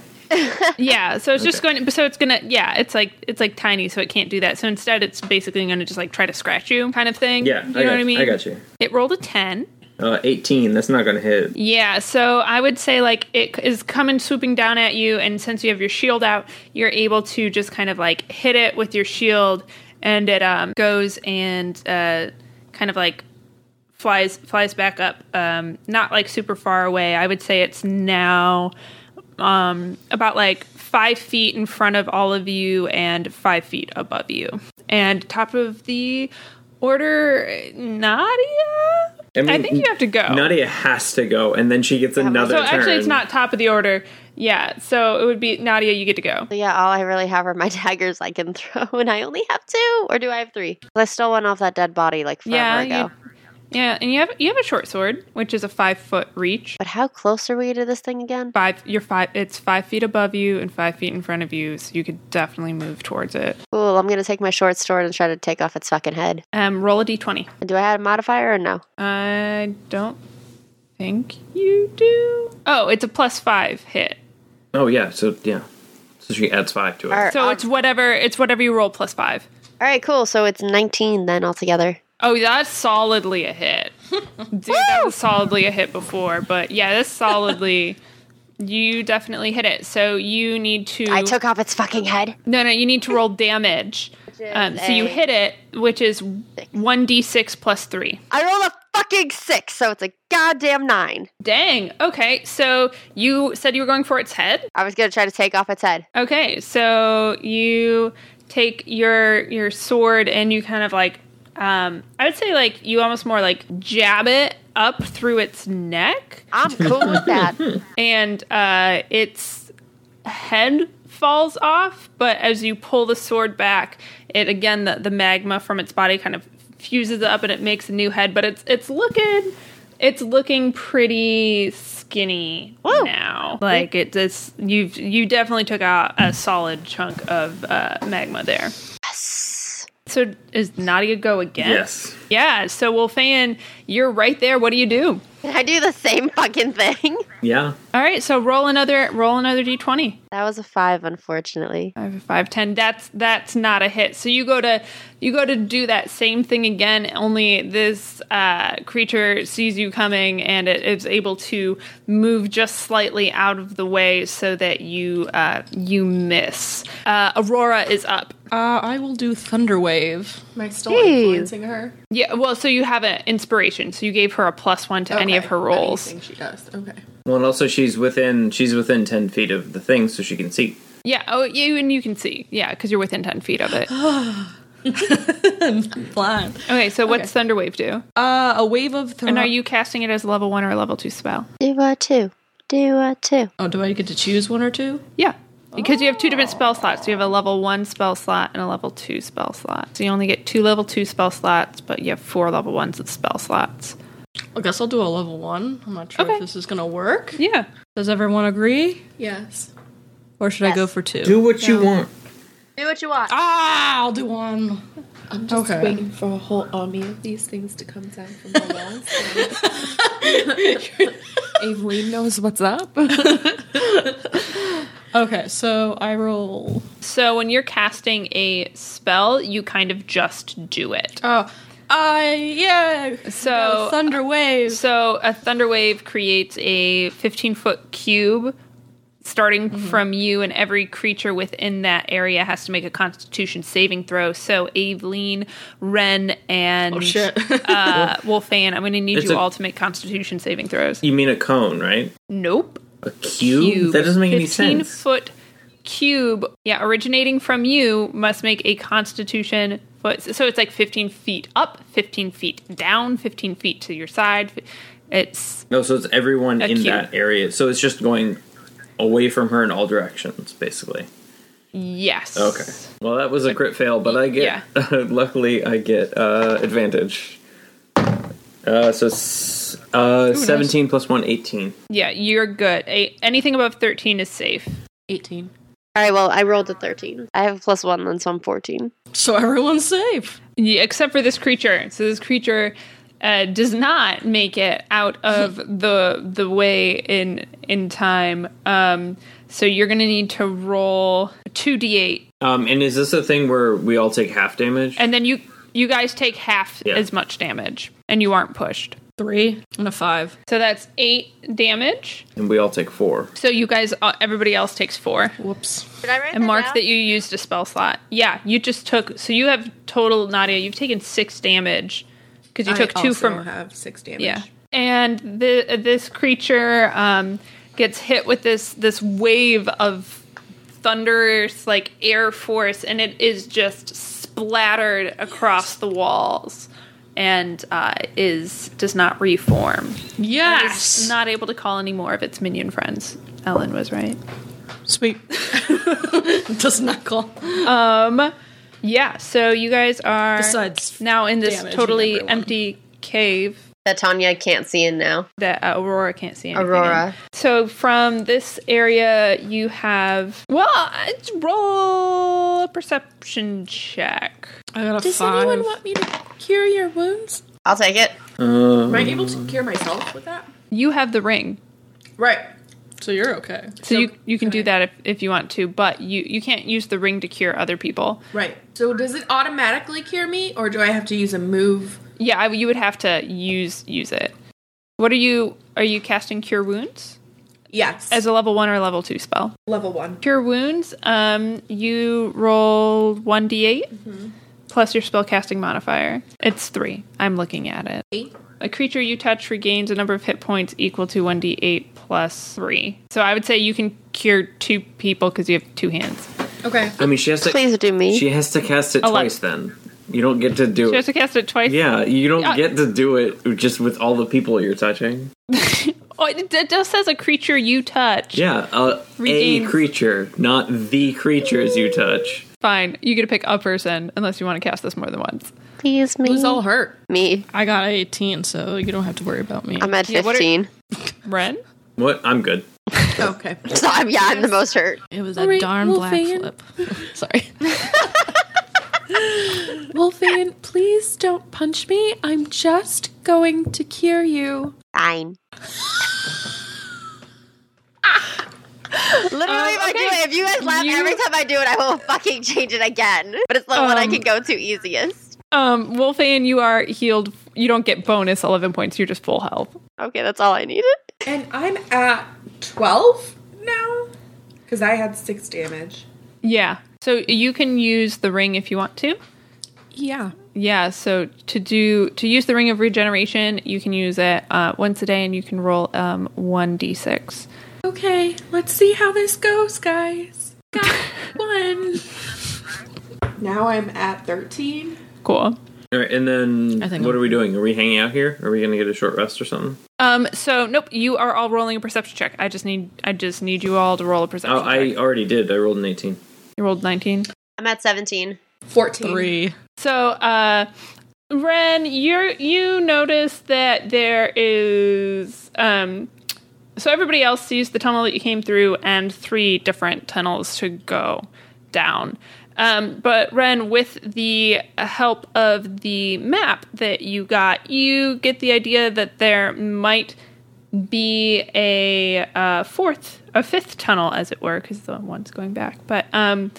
A: Yeah. So it's just
F: Okay.
A: going. to So it's going to. Yeah. It's like it's like tiny, so it can't do that. So instead, it's basically going to just like try to scratch you, kind of thing. You
F: Yeah, I
A: know
F: got,
A: what I mean?
F: I got you.
A: It rolled a ten.
F: Uh, 18. That's not gonna hit.
A: Yeah, so I would say like it is coming swooping down at you, and since you have your shield out, you're able to just kind of like hit it with your shield, and it um, goes and uh, kind of like flies flies back up, um, not like super far away. I would say it's now um, about like five feet in front of all of you and five feet above you, and top of the order, eh, Nadia. I, think you have to go.
F: Nadia has to go, and then she gets another
A: Oh. So
F: turn.
A: actually, it's not top of the order. Yeah, so it would be Nadia. You get to go.
H: So yeah, all I really have are my [LAUGHS] daggers I can throw, and I only have two. Or do I have three? 'Cause I stole one off that dead body like forever
A: Yeah,
H: ago.
A: you, yeah, and you have you have a short sword, which is a five foot reach.
H: But how close are we to this thing again?
A: Five, you're five. It's five feet above you and five feet in front of you, so you could definitely move towards it.
H: Cool. I'm gonna take my short sword and try to take off its fucking head.
A: Um, roll a d20.
H: And do I have a modifier or no?
A: I don't think you do. Oh, it's a plus five hit.
F: Oh yeah, so yeah, so she adds five to it.
H: All right.
A: So
H: I'll-
A: it's whatever. It's whatever you roll plus five.
H: All right, cool. So it's 19 then altogether.
A: Oh, that's solidly a
H: [LAUGHS]
A: hit. Dude, that was solidly a hit before, but yeah, that's solidly. you definitely hit it. So you need to.
H: I took off its fucking head.
A: No, no, you need to roll damage. Um, so you hit it, which is 1d6 plus 3.
H: I rolled a fucking six, so it's a goddamn nine.
A: Dang. Okay, so you said you were going for its head?
H: I was gonna try to take off its head.
A: Okay, so you take your your sword and you kind of like um I would say like you almost more like jab it up through its neck
H: I'm cool
A: [LAUGHS]
H: with that.
A: and uh its head falls off, but as you pull the sword back, it again the, the magma from its body kind of fuses up and it makes a new head, but it's it's looking it's looking pretty skinny
H: Whoa.
A: now. Like it it's you've you definitely took out a solid chunk of uh, magma there. So is Nadia go again?
F: Yes.
A: Yeah. So Wolfan, you're right there. What do you do?
H: Can I do the same fucking thing?
F: Yeah.
A: All right. So roll another roll another d20.
H: That was a five, unfortunately.
A: I have a five ten. That's that's not a hit. So you go to you go to do that same thing again. Only this uh, creature sees you coming and it is able to move just slightly out of the way so that you uh, you miss. Uh, Aurora is up.
J: Uh, I will do thunder wave.
I: Am I still influencing her?
A: Yeah. Well, so you have an inspiration. So you gave her a plus one to any of
I: Okay.
A: her rolls.
I: Anything she does. Okay.
F: Well, and also she's within she's within ten feet of the thing, so she can see.
A: Yeah. Oh, you and you can see. Yeah, because you're within ten feet of it.
J: Blind.
A: Okay. So what's Thunderwave do?
J: Uh, a wave of thunder.
A: And are you casting it as a level one or a level two spell?
H: Do a two. Do a two.
J: Oh, do I get to choose one or two?
A: Yeah. Because you have two different spell slots. You have a level one spell slot and a level two spell slot. So you only get two level two spell slots, but you have four level ones of spell slots.
J: I guess I'll do a level one. I'm not sure
A: Okay.
J: if this is gonna work.
A: Yeah.
J: Does everyone agree?
G: Yes.
J: Or should I
H: Yes.
J: go for two?
F: Do what you want.
H: Do what you want.
J: ah, I'll do one.
I: I'm just
J: Okay.
I: waiting for a whole army of these things to come down from the walls.
J: [LAUGHS]
I: Aveline knows what's up.
J: Okay, so I roll.
A: So when you're casting a spell, you kind of just do it.
J: Oh, I yeah.
A: So-
J: thunder waves.
A: So a thunder wave creates a 15 foot cube. Starting
J: Mm-hmm.
A: from you, and every creature within that area has to make a Constitution saving throw. So, Aveline, Ren, and
J: Oh, shit.
A: uh,
J: [LAUGHS]
A: Wolfan, I'm going to need
F: It's
A: you
F: a-
A: all to make Constitution saving throws.
F: You mean a cone, right?
A: Nope.
F: A cube? That doesn't make any sense.
A: foot cube, yeah, originating from you must make a constitution foot. So it's like 15 feet up, 15 feet down, 15 feet to your side. It's
F: No, Oh, so it's everyone
A: A
F: in
A: cube.
F: that area. So it's just going away from her in all directions, basically.
A: yes.
F: Okay. Well, that was a crit fail, but I get. [LAUGHS] luckily, I get uh, advantage. Uh, so s- uh, 17 plus 1, 18.
A: Yeah, you're good. A, anything above 13 is safe.
J: Eighteen.
H: All right, well, I rolled a 13. I have a plus one, then so I'm 14.
J: So everyone's safe.
A: Yeah, except for this creature. So this creature uh, does not make it out
F: [LAUGHS]
A: of the the way in in time. Um, so you're going to need to roll 2d8
F: Um, and is this a thing where we all take half damage?
A: and then you you guys take half
F: Yeah.
A: as much damage and you aren't pushed
J: Three and a five.
A: so that's eight damage
F: And we all take four.
A: so you guys uh, everybody else takes four
J: Whoops.
H: Did I write
A: and mark that you used a spell slot yeah you just took so you have total nadia you've taken six damage because you took
G: I
A: two
G: also
A: from
G: have six damage.
A: Yeah, and the, this creature um, gets hit with this this wave of thunderous like air force, and it is just splattered across the walls, and uh, is does not reform.
J: Yes.
A: Not able to call any more of its minion friends. Ellen was right.
J: Sweet. [LAUGHS] Does not call.
A: Yeah, so you guys are
J: Besides
A: now in this
J: damaging
A: totally
J: everyone.
A: empty cave
H: That Tanya can't see in now.
A: that uh, Aurora can't see anything.
H: Aurora.
A: in. So from this area, you have well, it's roll a perception check.
J: I got a
I: Does
J: five.
I: anyone want me to cure your wounds?
H: I'll take it.
G: Am I able to cure myself with that?
A: You have the ring,
G: Right.
J: so you're okay.
A: so, you you can do that if, if you want to, but you you can't use the ring to cure other people.
G: Right. So does it automatically cure me, or do I have to use a move?
A: Yeah, I, you would have to use use it. What are you are you casting cure wounds
G: Yes.
A: as a level one or level two spell?
G: level one.
A: Cure wounds. Um, you roll one d8 plus your spellcasting modifier. It's three. I'm looking at it.
G: Eight.
A: A creature you touch regains a number of hit points equal to 1d8 plus 3. So I would say you can cure two people because you have two hands.
G: Okay.
F: I mean, she has to.
H: Please do me.
F: She has to cast it
A: Eleven.
F: twice then. You don't get to do
A: You have to
F: it.
A: cast it twice.
F: Yeah, you don't
A: Yeah.
F: get to do it just with all the people you're touching.
A: [LAUGHS] Oh, it, it just says a creature you touch.
F: Yeah, uh, a
A: Regains-
F: creature, not the creatures you touch.
A: Fine. You get to pick a person unless you want to cast this more than once.
H: Please me.
I: Who's all hurt?
H: me.
J: I got a eighteen, so you don't have to worry about me.
H: I'm at
A: Yeah, what are-
H: 15.
A: Ren?
F: What? I'm good.
G: Okay.
H: So [LAUGHS] I'm, yeah, I'm the most hurt.
J: it was a
I: Alright,
J: darn
I: we'll
J: black
I: fan.
J: flip. Sorry.
I: Wolfan, please don't punch me. I'm just going to cure you.
H: Fine. [LAUGHS] Literally, if, I do it, if Um, you guys laugh every time I do it, I will fucking change it again. But it's the one I can go to easiest.
A: Um, Wolfan, you are healed. You don't get bonus 11 points. You're just full health.
H: Okay, that's all I needed.
G: And I'm at twelve now because I had six damage.
A: Yeah. So you can use the ring if you want to.
I: Yeah.
A: Yeah, so to do to use the ring of regeneration, you can use it uh, once a day, and you can roll um, one d6.
I: Okay, let's see how this goes, guys. [LAUGHS] Got one.
G: Now I'm at thirteen.
A: Cool.
F: All right, and then
J: I think
F: what
J: I'm-
F: are we doing? Are we hanging out here? Are we going to get a short rest or something?
A: Um. So nope. You are all rolling a perception check. I just need. I just need you all to roll a perception.
F: Oh, I
A: check.
F: already did. I rolled an 18.
A: You rolled nineteen.
H: I'm at 17.
G: 14.
J: Three.
A: So, uh, Ren, you you notice that there is um, so everybody else sees the tunnel that you came through and three different tunnels to go down. Um, but Ren, with the help of the map that you got, you get the idea that there might be a uh, fourth, a fifth tunnel, as it were, because the one's going back. But um,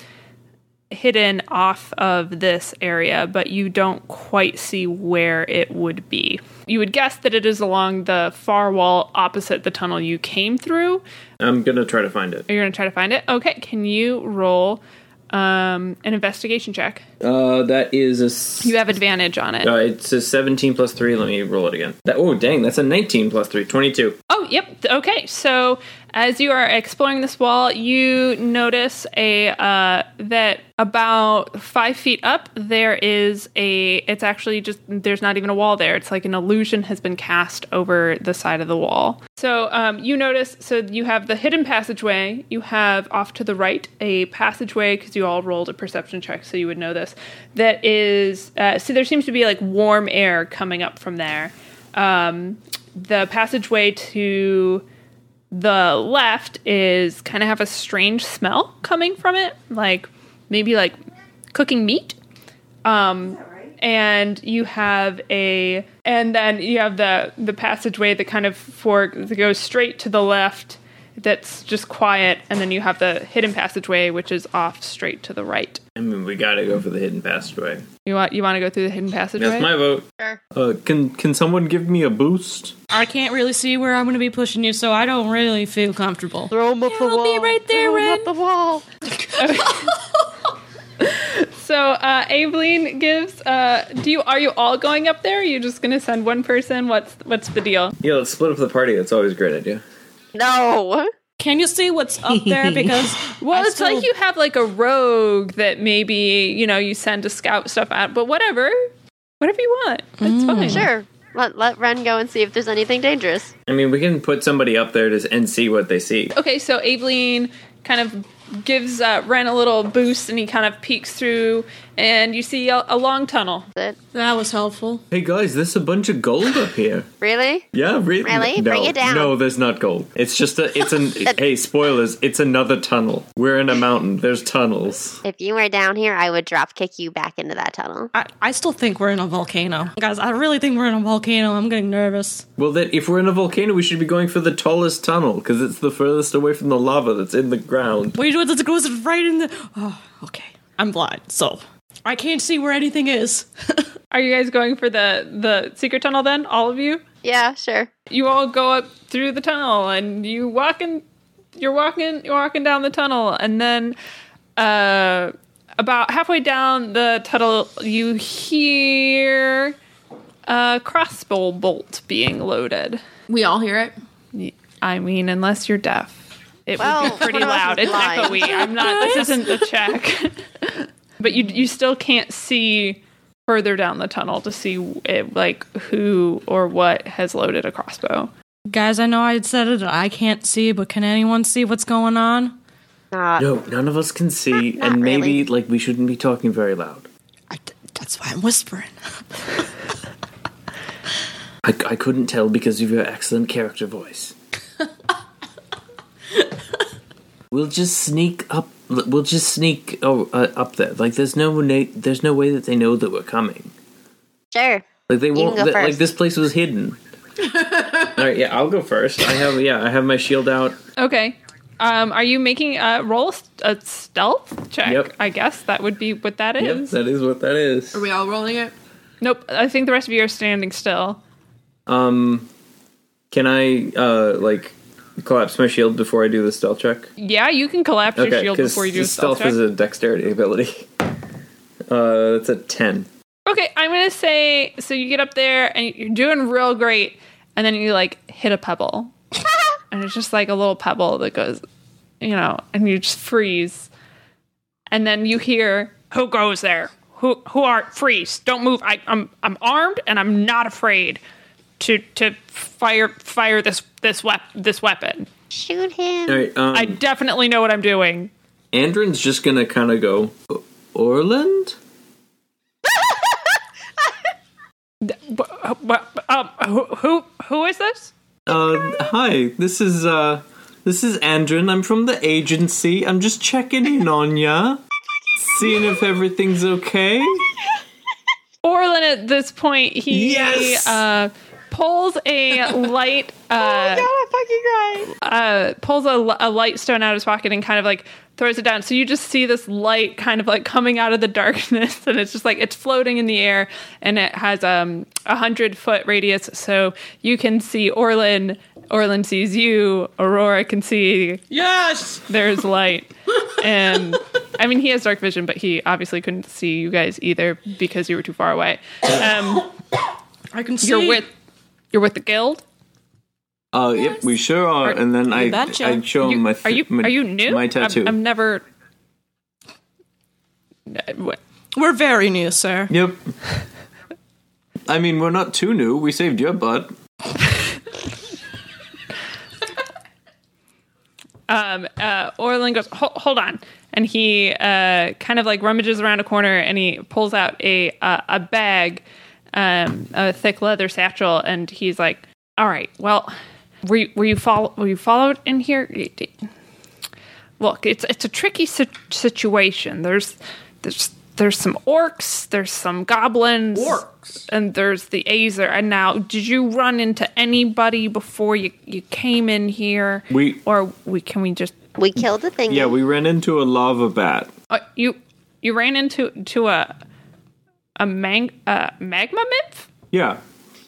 A: hidden off of this area, but you don't quite see where it would be. You would guess that it is along the far wall opposite the tunnel you came through.
F: I'm going to try to find it.
A: You're going to try to find it. Okay, can you roll um, an investigation check?
F: Uh, that is a. s-
A: You have advantage on it.
F: uh, it's a 17 plus 3. Let me roll it again. That, oh, dang. That's a 19 plus 3. 22.
A: Oh, yep. Okay. So as you are exploring this wall, you notice a uh, that about five feet up there is a. It's actually just there's not even a wall there. It's like an illusion has been cast over the side of the wall. So um, you notice. So you have the hidden passageway. You have off to the right a passageway because you all rolled a perception check, so you would know this. That is. Uh, so there seems to be like warm air coming up from there um, the passageway to the left is kind of have a strange smell coming from it, like maybe like cooking meat. Um, And you have a, and then you have the the passageway that kind of fork that goes straight to the left. That's just quiet, and then you have the hidden passageway, which is off straight to the right.
F: I mean, we got to go for the hidden passageway.
A: You want you want to go through the hidden passageway?
F: That's my vote.
H: Sure.
F: Uh, can can someone give me a boost?
J: I can't really see where I'm going to be pushing you, so I don't really feel comfortable.
K: Throw him up the wall.
J: be right there,
K: Throw 'em
J: Ren.
K: up the wall.
A: So, uh, Aveline gives. Uh, do you are you all going up there? Are you just going to send one person? What's what's the deal?
F: Yeah, let's split up the party. That's always a great idea.
H: No.
J: Can you see what's up
K: [LAUGHS]
J: there? Because
A: Well,
J: I
A: it's
J: still-
A: like you have like a rogue that maybe you know you send to scout stuff out, but whatever, whatever you want, that's fine.
H: Sure. Let, let Ren go and see if there's anything dangerous.
F: I mean, we can put somebody up there to, and see what they see.
A: Okay, so Aveline kind of gives uh, Ren a little boost, and he kind of peeks through, and you see a, a long tunnel.
H: Is it?
J: that was helpful.
F: Hey guys, there's a bunch of gold up here.
H: Really?
F: Yeah, re-
H: Really?
F: No,
H: Bring it down.
F: No, there's not gold. It's just a. It's
H: [LAUGHS]
F: an. hey, spoilers. It's another tunnel. We're in a mountain. There's tunnels.
H: If you were down here, I would drop kick you back into that tunnel.
J: I, I still think we're in a volcano. Guys, I really think we're in a volcano. I'm getting nervous.
F: Well, that if we're in a volcano, we should be going for the tallest tunnel because it's the furthest away from the lava that's in the ground.
J: Wait, what? It goes right in the. Oh, okay. I'm blind, so I can't see where anything is.
A: Are you guys going for the the secret tunnel then? All of you?
H: Yeah, sure.
A: you all go up through the tunnel and you walking you're walking you're walking down the tunnel and then uh about halfway down the tunnel you hear a crossbow bolt being loaded
I: We all hear it.
A: i mean unless you're deaf it would
H: Well,
A: be
H: [LAUGHS]
A: pretty
H: one of us
A: loud
H: is
A: it's
H: blind.
A: echoey i'm not this isn't a check [LAUGHS] but you you still can't see further down the tunnel to see it, like who or what has loaded a crossbow
J: Guys, I know I said it. I can't see, but can anyone see what's going on?
H: Nah.
F: No, none of us can see,
H: Not
F: and maybe
H: really.
F: like we shouldn't be talking very loud.
J: I, that's why I'm whispering.
F: I, I couldn't tell because of your excellent character
H: [LAUGHS]
F: voice. we'll just sneak up. We'll just sneak oh, uh, up there. Like there's no na- there's no way that they know that we're coming.
H: Sure.
F: Like they
H: can
F: won't.
H: go
F: th- like
H: first.
F: this place
A: [LAUGHS]
F: was hidden. All right, yeah, I'll go first. I have yeah, I have my
A: [LAUGHS]
F: shield out.
A: Okay. Um, are you making a roll st- a stealth check?
F: Yep.
A: I guess that would be what that
F: Yep,
A: is.
F: that is what that is.
I: Are we all rolling it?
A: Nope. I think the rest of you are standing still.
F: Um, can I uh like collapse my shield before I do the stealth check?
A: Yeah, you can collapse your shield before you do a stealth,
F: stealth is
A: check.
F: a dexterity ability. [LAUGHS] Uh, that's a ten.
A: okay, I'm gonna say so you get up there and you're doing real great, and then you like hit a pebble, and it's just like a little pebble that goes, you know, and you just freeze, and then you hear who goes there, who who are freeze? Don't move. I, I'm I'm armed and I'm not afraid to to fire fire this this wep- this weapon.
H: Shoot him.
F: All right, um,
A: I definitely know what I'm doing.
F: Andrin's just gonna kind of go, "O- Orland?
A: But, but, um, who, who who is this?
F: Uh, hi, this is, uh, this is Andrin. I'm from the agency. I'm just checking in on ya. Seeing if everything's okay.
A: Orlin at this point he
F: Yes!
A: uh, pulls a light uh,
H: I fucking right.
A: uh, pulls a, li- a light stone out of his pocket and kind of like throws it down. So you just see this light kind of like coming out of the [LAUGHS] darkness, and it's just like it's floating in the air, and it has um, a hundred foot radius, so you can see Orlin. Orlin sees you. Aurora can see
J: Yes!
A: there's light, and I mean he has dark vision, but he obviously couldn't see you guys either because you were too far away. Um,
J: I can see.
A: you're with you're with the guild.
F: Uh, yep, we sure are. and then I,
J: betcha.
F: I show him
A: You-
F: Oh, my, th-
A: are you
F: my
A: are you new?
F: My
A: I'm-
F: tattoo.
A: [LAUGHS] I'm, never. Uh, what-
J: We're very new, sir.
F: Yep. I mean, we're not too new. We saved your butt.
A: Um, uh, Orlin goes, "Hol- hold on, and he uh, kind of like rummages around a corner and he pulls out a uh, a bag, um, a thick leather satchel, and he's like, "All right, well, were you, were you follow were you followed in here? Y- d- Look, it's it's a tricky si- situation. There's there's there's some orcs, there's some goblins,
J: Orcs?
A: and there's the Azer. And now, did you run into anybody before you you came in here?
F: We-
A: or we can we just
H: We killed the thing.
F: Yeah, we ran into a lava bat.
A: uh, you you ran into to a a mang uh, magma nymph?
F: Yeah,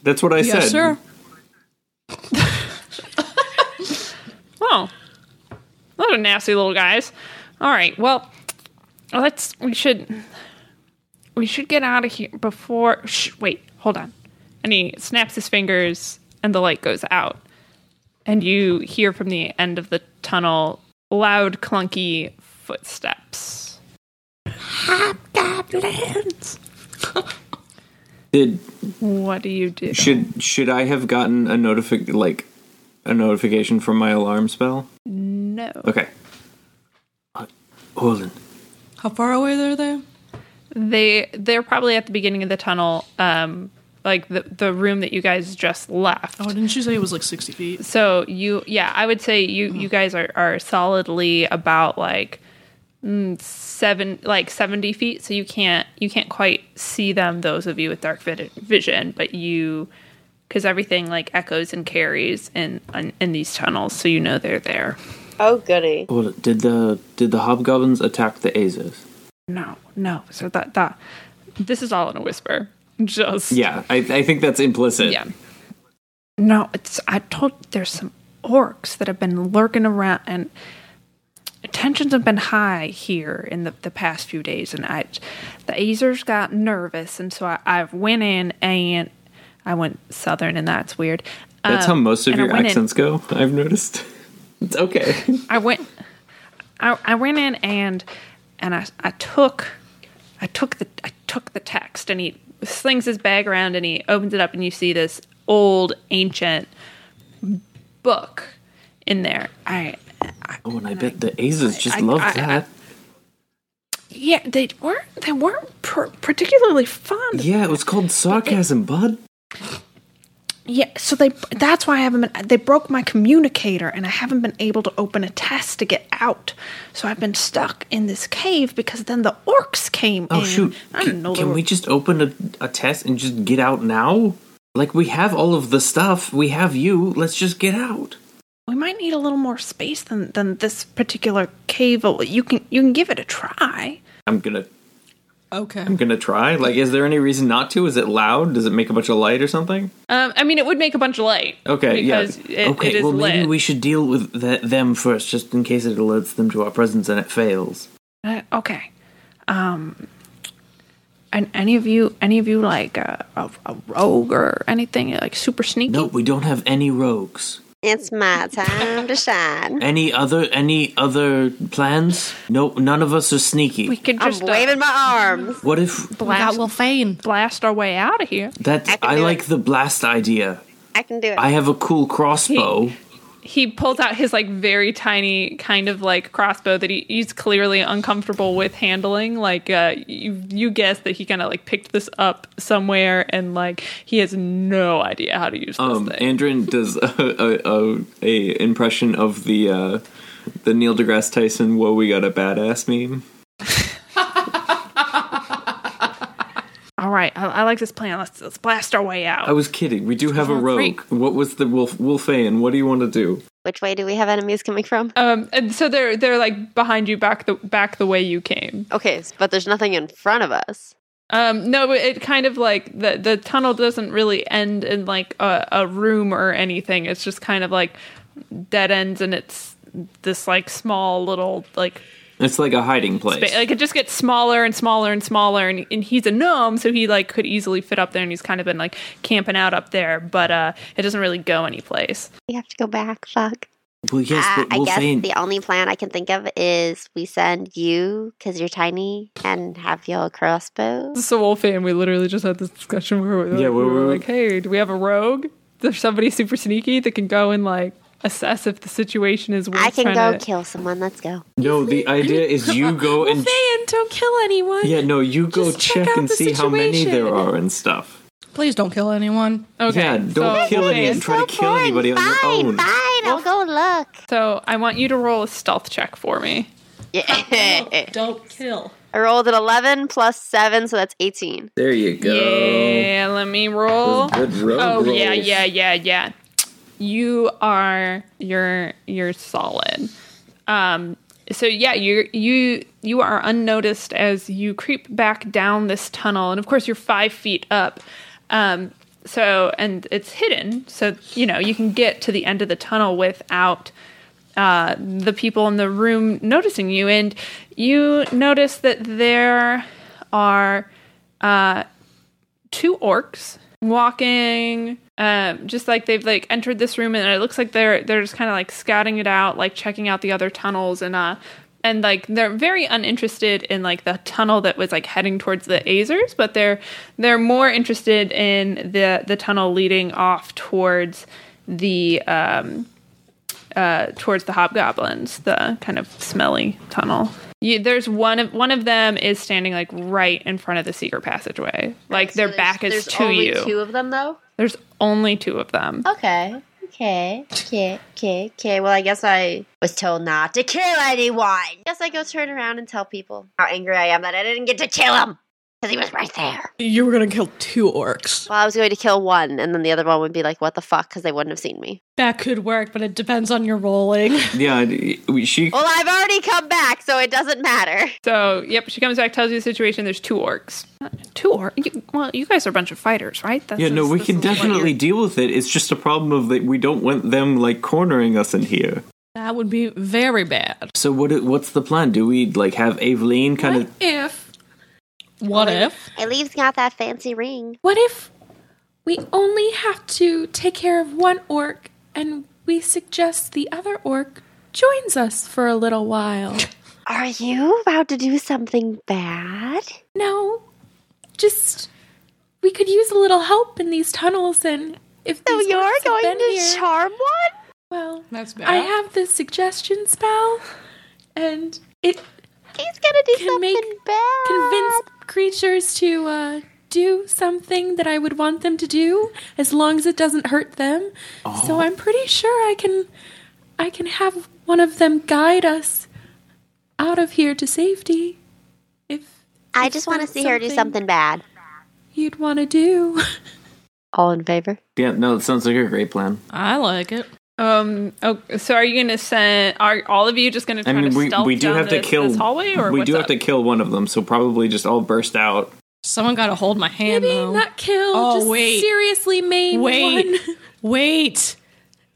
F: that's what I said.
J: Yes, sir.
A: Oh, those are nasty little guys. All right, well, let's we should we should get out of here before. Shh, wait, hold on. And he snaps his fingers, and the light goes out, and you hear from the end of the tunnel loud, clunky footsteps.
F: Did
A: What do you do?
F: should should I have gotten a notific like a notification from my alarm spell?
A: No.
F: Okay. Uh, Orlin,
J: How far away are they?
A: they they're probably at the beginning of the tunnel um like the the room that you guys just left
J: Oh, didn't you say it was like 60 feet?
A: so you yeah i would say you you guys are are solidly about like mm, seven like 70 feet so you can't you can't quite see them those of you with dark vid- vision but you because everything like echoes and carries in, in in these tunnels so you know they're there
H: Oh goody.
F: Orlin, did the did the hobgoblins attack the Azers?
A: no no so that that this is all in a whisper [LAUGHS] just
F: Yeah, I, I think that's implicit.
A: Yeah. No, it's I told there's some orcs that have been lurking around and tensions have been high here in the, the past few days and I the Azers got nervous and so I, I went in and I went southern and that's weird.
F: That's
A: Um,
F: how most of
A: and I
F: your
A: went in-
F: accents go. I've noticed. It's okay.
A: I went I, I went in and and I, I took I took the I took the text and he slings his bag around and he opens it up and you see this old ancient book in there. I
F: Oh, and I bet the Azers just love
A: I-
F: that.
A: yeah, they weren't they weren't pr- particularly fond.
F: yeah, it was called sarcasm, bud.
A: Yeah, so they that's why I haven't been they broke my communicator and I haven't been able to open a test to get out. So I've been stuck in this cave because then the orcs came
F: Oh
A: in.
F: shoot!
A: I
F: Can,
A: didn't know they
F: can
A: were
F: we just open a, a test and just get out now? Like we have all of the stuff. We have you. Let's just get out.
A: we might need a little more space than than this particular cave. Oh, You can you can give it a try.
F: I'm gonna.
J: Okay.
F: I'm gonna try. Like, is there any reason not to? Is it loud? Does it make a bunch of light or something?
A: Um, I mean, it would make a bunch of light.
F: Okay.
A: because it,
F: yeah. okay.
A: it is
F: well, maybe
A: lit.
F: we should deal with th- them first, just in case it alerts them to our presence and it fails.
A: Uh, okay. Um, and any of you, any of you like a, a, a rogue or anything like super sneaky?
F: No, we don't have any rogues.
H: It's my time to [LAUGHS] shine.
F: Any other any other plans? No, none of us are sneaky.
K: We could
H: I'm
K: just uh,
H: waving my arms.
F: what if
J: That will feign.
K: blast our way out of here.
F: that?
H: I can
F: I,
H: do
F: like
H: it.
F: the blast idea.
H: I can do it.
F: I have a cool crossbow.
K: He pulls out his like very tiny kind of like crossbow that he, he's clearly uncomfortable with handling. Like uh, you, you guess that he kind of like picked this up somewhere and like he has no idea how to use this
F: um,
K: thing.
F: Andrin does a, a, a, a impression of the uh, the Neil deGrasse Tyson "Whoa, we got a badass" meme.
K: All right, I, I like this plan. Let's let's blast our way out.
F: I was kidding. We do have a rogue.
K: great.
F: What was the wolf wolfan? What do you want to do?
H: Which way do we have enemies coming from?
K: Um, and so they're they're like behind you back the back the way you came.
H: Okay, s- but there's nothing in front of us.
K: Um, no, but it kind of like the the tunnel doesn't really end in like a, a room or anything. It's just kind of like dead ends, and it's this like small little like
F: It's like a hiding place.
K: ba- like it just gets smaller and smaller and smaller. And, and he's a gnome, so he like could easily fit up there, and he's kind of been like camping out up there, but uh, it doesn't really go anyplace.
H: We have to go back. Fuck.
F: well, yes,
H: Uh,
F: but
H: I guess
F: wolfane.
H: the only plan I can think of is we send you because you're tiny and have your crossbow.
K: This is a wolf fan. We literally just had this discussion where we,
F: Yeah,
K: we
F: we-
K: were
F: we-
K: like, hey, do we have a rogue? There's somebody super sneaky that can go and like assess if the situation is worth
H: I can
K: trying
H: go
K: to-
H: kill someone. Let's go.
F: no, the idea is you go and
J: Feign, don't kill anyone.
F: yeah, no, you go
J: Just
F: check
J: check out
F: and
J: the
F: see how many there
J: situation.
F: are and stuff.
J: Please don't kill anyone.
K: Okay,
F: yeah, don't
K: so-
F: kill
K: okay,
F: anyone. Try to kill anybody on
H: fine,
F: your own.
H: fine. I'll go look. [LAUGHS]
K: So I want you to roll a stealth check for me.
H: Yeah.
J: Don't kill.
H: I rolled an 11 plus 7, so that's 18.
F: There you go.
K: Yeah, let me roll.
F: Good rogue
K: Oh yeah,
F: rolls.
K: yeah, yeah, yeah. You are you're you're solid. Um so yeah, you you you are unnoticed as you creep back down this tunnel, and of course you're five feet up. Um, so and it's hidden, so you know you can get to the end of the tunnel without uh, the people in the room noticing you, and you notice that there are uh, two orcs walking um just like they've like entered this room and it looks like they're they're just kind of like scouting it out like checking out the other tunnels and uh and like they're very uninterested in like the tunnel that was like heading towards the azers but they're they're more interested in the the tunnel leading off towards the um uh towards the hobgoblins the kind of smelly tunnel you, there's one of one of them is standing like right in front of the secret passageway like their back is to you
H: of them, though?
K: there's only two of them.
H: Okay. Okay. Okay. Okay. Okay. Well, I guess I was told not to kill anyone. Guess I go turn around and tell people how angry I am that I didn't get to kill him because he was right there.
J: You were gonna kill two orcs.
H: Well, I was going to kill one, and then the other one would be like, "What the fuck?" because they wouldn't have seen me.
J: That could work, but it depends on your rolling.
F: Yeah, d- we- she.
H: Well, I've already come back, so it doesn't matter.
K: So, yep, she comes back, tells you the situation. There's two orcs. Two orcs? Well, you guys are a bunch of fighters, right? That's
F: Yeah, no,
K: just-
F: we
K: this
F: can
K: is what
F: definitely
K: you're-
F: deal with it. It's just a problem of that we don't want them like cornering us in here.
J: [LAUGHS] that would be very bad.
F: So what? What's the plan? Do we like have Aveline kind of?
J: If. What if?
H: Elif's got that fancy ring.
I: What if we only have to take care of one orc and we suggest the other orc joins us for a little
H: [LAUGHS]
I: while?
H: Are you about to do something bad?
I: No, just we could use a little help in these tunnels, and if
H: So
I: these
H: Oh, you're
I: orcs have
H: going
I: been
H: to
I: here,
H: charm one?
I: well,
J: That's bad.
I: I have this suggestion spell, and it
H: He's gonna do
I: Can
H: something
I: make-
H: bad.
I: convince creatures to uh, do something that I would want them to do, as long as it doesn't hurt them.
F: Oh.
I: So I'm pretty sure I can, I can have one of them guide us out of here to safety, if
H: I just want to
I: that's
H: see her do
I: something-
H: something bad.
I: you'd want to do. [LAUGHS]
H: All in favor?
F: Yeah, no, that sounds like a great plan.
J: I like it.
K: Um, oh, so are you going to send, are all of you just going to
F: I
K: try
F: mean,
K: to
F: we
K: stealth
F: we do
K: down
F: have to
K: this-
F: kill
K: this hallway? Or
F: we
K: what's
F: do have
K: up?
F: to kill one of them. So probably just all burst out.
J: Someone got to hold my hand
I: Maybe
J: though.
I: not kill.
J: Oh,
I: just
J: wait.
I: seriously maim
J: Wait.
I: one.
J: Wait.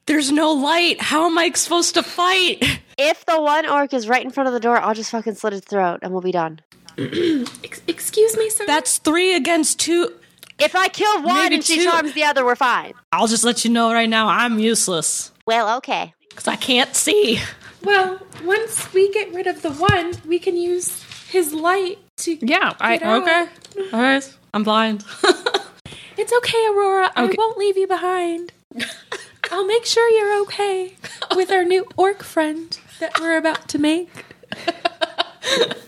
J: There's no light. How am I supposed to fight? [LAUGHS]
H: If the one orc is right in front of the door, I'll just fucking slit its throat and we'll be done.
I: Ex- excuse me, sir.
J: That's three against two.
H: If I kill one
J: Maybe
H: and she
J: two.
H: charms the other, we're fine.
J: I'll just let you know right now, I'm useless.
H: Well, okay.
J: Because I can't see.
L: Well, once we get rid of the one, we can use his light to.
K: Yeah, I-
L: get out.
J: okay. All right. I'm blind.
L: It's okay, Aurora. I
J: Okay.
L: won't leave you behind. I'll make sure you're okay with our new orc friend that we're about to make.
K: [LAUGHS]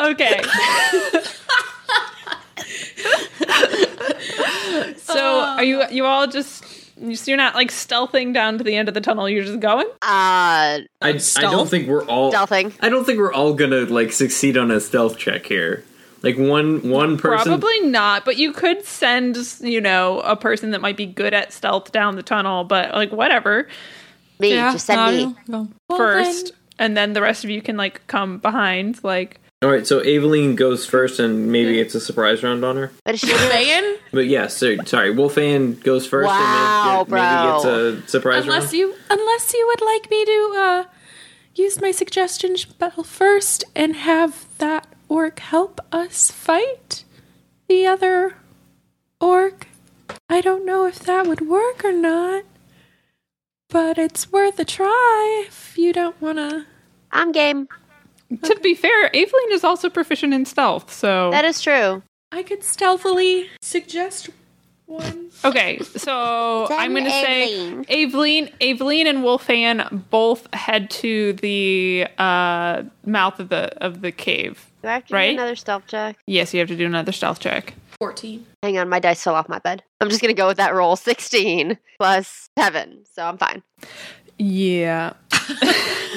K: Okay. so are you you all just so you're not like stealthing down to the end of the tunnel, you're just going?
H: Uh,
F: I, I don't think we're all
H: Stealthing.
F: I don't think we're all gonna like succeed on a stealth check here. Like one one person.
K: Probably not, but you could send, you know, a person that might be good at stealth down the tunnel, but like whatever
H: me. just send me.
K: um, first. And then the rest of you can like come behind, like
F: All right, so Aveline goes first, and maybe it's a surprise round on her.
H: What is she doing?
F: But yeah, so, sorry, Wolfan goes first,
H: Wow,
F: and maybe, maybe
H: bro.
F: gets a surprise
L: Unless
F: round.
L: you, unless you would like me to uh, use my suggestion spell first and have that orc help us fight the other orc. I don't know if that would work or not, but it's worth a try if you don't want to.
H: I'm game.
K: to be fair, Aveline is also proficient in stealth, so
H: That is true.
L: I could stealthily suggest one.
K: Okay, so
H: Then
K: I'm going to say
H: Aveline.
K: Aveline, Aveline, and Wolfan both head to the uh, mouth of the of the cave.
H: Do I have to
K: Right?
H: do another stealth check?
K: Yes, you have to do another stealth check.
L: 14.
H: Hang on, my dice fell off my bed. I'm just gonna go with that roll. [LAUGHS] 16 plus 7, so I'm fine.
K: Yeah,
J: [LAUGHS]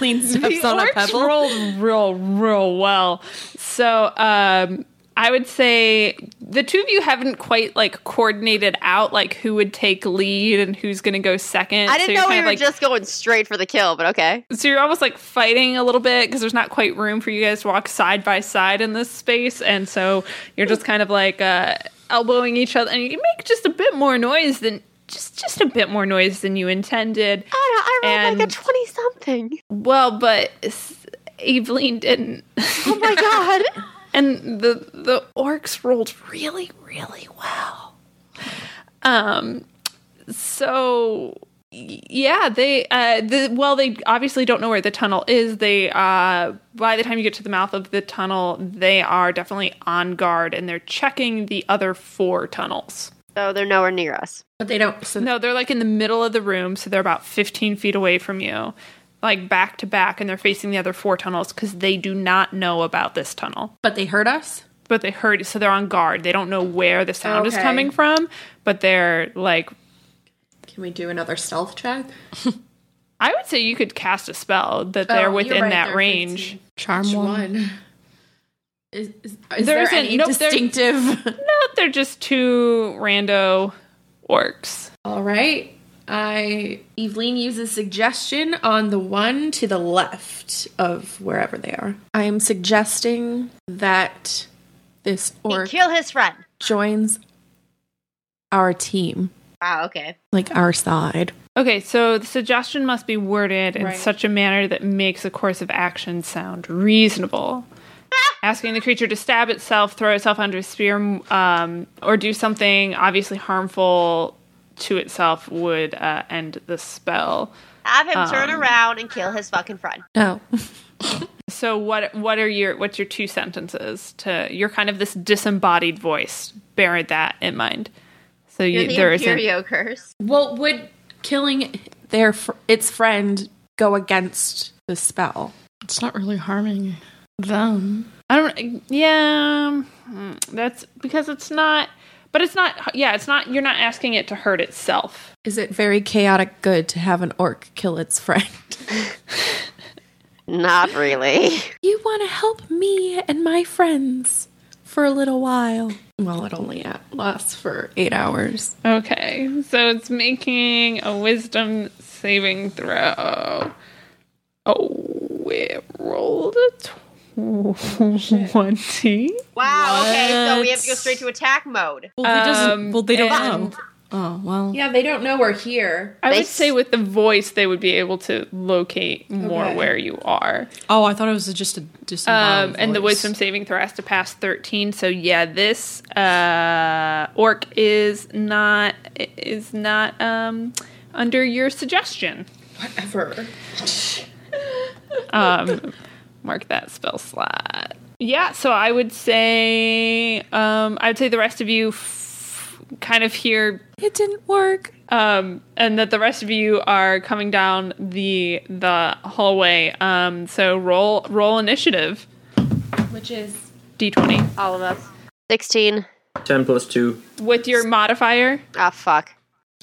I: Lean steps
K: the
I: on a
K: orcs
I: pebble.
K: rolled real, real well. So um, I would say the two of you haven't quite like coordinated out like who would take lead and who's going to go second.
H: I
K: So
H: didn't
K: you're
H: know we
K: kind
H: were
K: of, like,
H: just going straight for the kill, but okay.
K: so you're almost like fighting a little bit because there's not quite room for you guys to walk side by side in this space and so you're just kind of like uh, elbowing each other and you make just a bit more noise than just just a bit more noise than you intended
H: I, don't, I rolled like
K: And-
H: a 20 something.
K: well but s- Aveline didn't
H: Oh [LAUGHS] my god.
K: and the the orcs rolled really really well um so y- yeah they uh the well they obviously don't know where the tunnel is they uh by the time you get to the mouth of the tunnel they are definitely on guard and they're checking the other four tunnels
H: So they're nowhere near us.
I: But they don't. So
K: no they're like in the middle of the room so they're about 15 feet away from you like back to back and they're facing the other four tunnels because they do not know about this tunnel
I: But they hurt us.
K: but they heard so they're on guard. They don't know where the sound is
I: Okay.
K: coming from, but they're like
I: Can we do another stealth check?
K: I would say you could cast a spell that they're
I: Oh, you're
K: within
I: right,
K: that
I: they're
K: range.
I: 15.
J: Charm
I: Which
J: one.
I: one? Is, is, is
K: There
I: there
K: isn't-
I: any
K: nope, there-
I: distinctive?
K: No, they're just two rando orcs.
I: All right. I Eveline uses suggestion on the one to the left of wherever they are. I am suggesting that this
H: He
I: orc
H: kill his friend.
I: joins our team,
H: Wow, okay.
I: like our side.
K: Okay, so the suggestion must be worded in
I: Right.
K: such a manner that makes a course of action sound reasonable.
I: Ah!
K: Asking the creature to stab itself, throw itself under a spear, um, or do something obviously harmful to itself would uh, end the spell.
H: Have
K: Um,
H: him turn around and kill his fucking friend.
I: [LAUGHS] No.
K: So what what are your what's your two sentences to you're kind of this disembodied voice. Bear that in mind. So
H: You're
K: you,
H: the
K: there isn't
H: Imperio curse.
I: Well, would killing their fr- its friend go against the spell?
J: It's not really harming them.
K: I don't yeah mm, that's because it's not but it's not yeah, it's not you're not asking it to hurt itself.
I: Is it very chaotic good to have an orc kill its friend? [LAUGHS]
H: Not
K: [LAUGHS]
H: really.
L: You want to help me and my friends for a little while.
I: Well, it only uh, lasts for eight hours.
K: Okay. So it's making a wisdom saving throw. Oh, it rolled a tw- [LAUGHS] 20.
H: Wow, okay, so we have to go straight to attack mode.
J: Well, they doesn't. Well, they don't
K: and
J: know. Oh well.
M: Yeah, they don't know we're here.
K: I
M: They
K: would say with the voice, they would be able to locate more
M: Okay. Oh,
K: where you are.
J: Oh, I thought it was just a disembodied
K: Um, and the wisdom saving throw has to pass 13. So yeah, this uh, orc is not is not um, under your suggestion.
N: Whatever.
K: [LAUGHS] Um, mark that spell slot. Yeah, so I would say um, I would say the rest of you f- kind of hear
I: It didn't work.
K: um, and that the rest of you are coming down the the hallway. Um, so roll roll initiative,
M: which is
K: d twenty
H: All of us. 16.
F: 10 plus 2.
K: with your modifier.
H: Ah, fuck.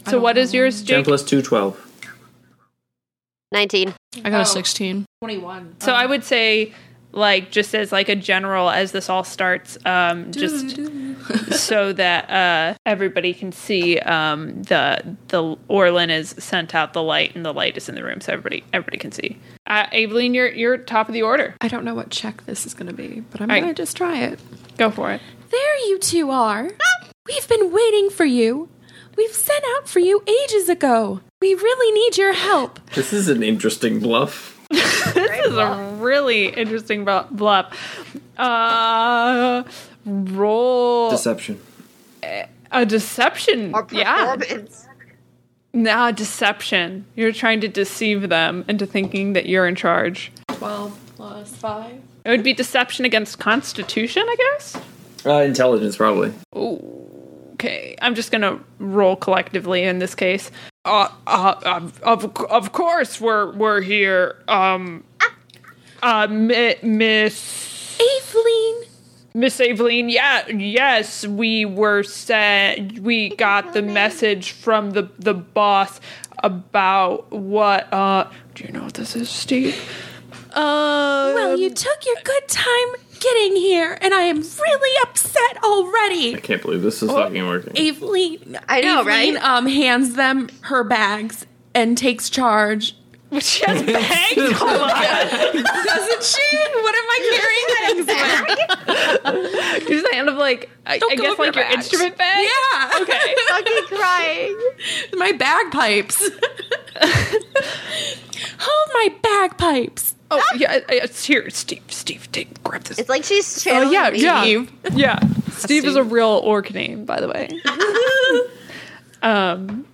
K: So what is yours,
F: 10
K: Jake?
F: plus 2, 12.
H: 19.
J: I got
M: Oh.
J: a sixteen.
M: 21.
K: So I would say, like, just as like a general, as this all starts, um, just [LAUGHS] so that uh, everybody can see, um, the the Orlin is sent out the light, and the light is in the room, so everybody everybody can see. Uh, Aveline, you're you're top of the order.
M: I don't know what check this is going to be, but I'm
K: All right.
M: going to just try it.
K: Go for it.
I: There you two are. We've been waiting for you. We've sent out for you ages ago. We really need your help.
F: This is an interesting bluff.
K: This is a really interesting bu- bluff. Uh,
F: Oh.
K: roll
F: Deception.
K: a deception. Yeah,
H: Performance.
K: nah, deception. You're trying to deceive them into thinking that you're in charge.
M: 12 plus 5.
K: It would be deception against Constitution, I guess.
F: Uh, intelligence, probably.
K: Okay, I'm just gonna roll collectively in this case. Uh, uh, of, of of course we're we're here. Um, uh, Mi- Miss
I: Aveline,
K: Miss Aveline, yeah, yes, we were sent. We got the message from the the boss about what. Uh, do you know what this is, Steve? Uh,
I: well,
M: Um,
I: you took your good time getting here, and I am really upset already.
F: I can't believe this is fucking working.
I: Aveline,
H: I know,
I: Aveline,
H: right?
I: Um, hands them her bags and takes charge.
K: [LAUGHS] she has bangs.
I: [LAUGHS]
K: Hold on.
I: Doesn't she? What am I carrying bags with?
K: Is that end of like I, I
I: go
K: guess
I: over
K: like
I: your
K: your
I: back.
K: instrument bag?
I: [LAUGHS] Yeah.
K: Okay.
H: Fucking crying.
I: my [LAUGHS] bagpipes. Hold my bagpipes.
K: Oh yeah, I, I, here, Steve. Steve, take grab this. Oh,
H: It's like she's channeling
K: yeah,
H: me.
K: yeah,
H: [LAUGHS]
K: yeah. Steve is a real orc name, by the way. um,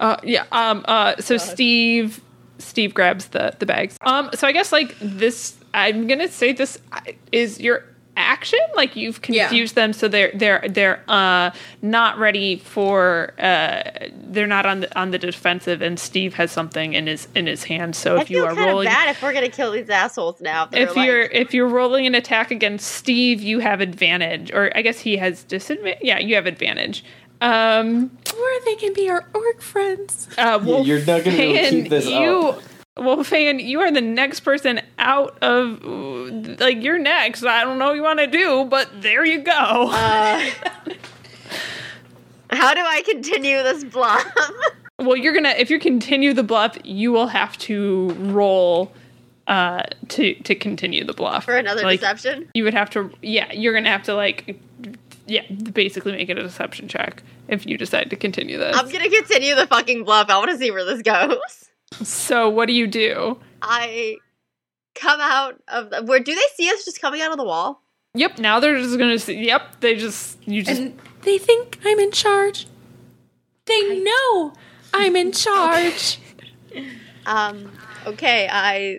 K: uh, yeah. Um, uh, so Steve, Steve grabs the the bags. Um, so I guess like this, I'm gonna say this uh, is your action. Like you've confused them, so they're they're they're uh not ready for uh they're not on the on the defensive, and Steve has something in his in his hand. So
H: I
K: if you
H: feel
K: are
H: kind of
K: rolling,
H: bad if we're gonna kill these assholes now. they're
K: if you're
H: like-
K: if you're rolling an attack against Steve, you have advantage, or I guess he has disadvantage. Yeah, you have advantage. Um,
I: Or they can be our orc friends.
K: uh, Wolf
E: you're not gonna be able to keep this
K: you,
E: up.
K: Well, Fan, you are the next person out of like you're next. I don't know what you want to do, but there you go.
H: Uh, how do I continue this bluff? [LAUGHS]
K: well, you're gonna if you continue the bluff, you will have to roll uh to to continue the bluff
H: For another
K: Like,
H: deception?
K: You would have to, yeah, you're gonna have to like, yeah, basically make it a deception check if you decide to continue this.
H: I'm gonna continue the fucking bluff. I want to see where this goes.
K: so what do you do?
H: I come out of the, where? Do they see us just coming out of the wall?
K: Yep, now they're just gonna see. Yep, they just you just
I: And they think I'm in charge. They know I'm in charge.
H: Um. Okay, I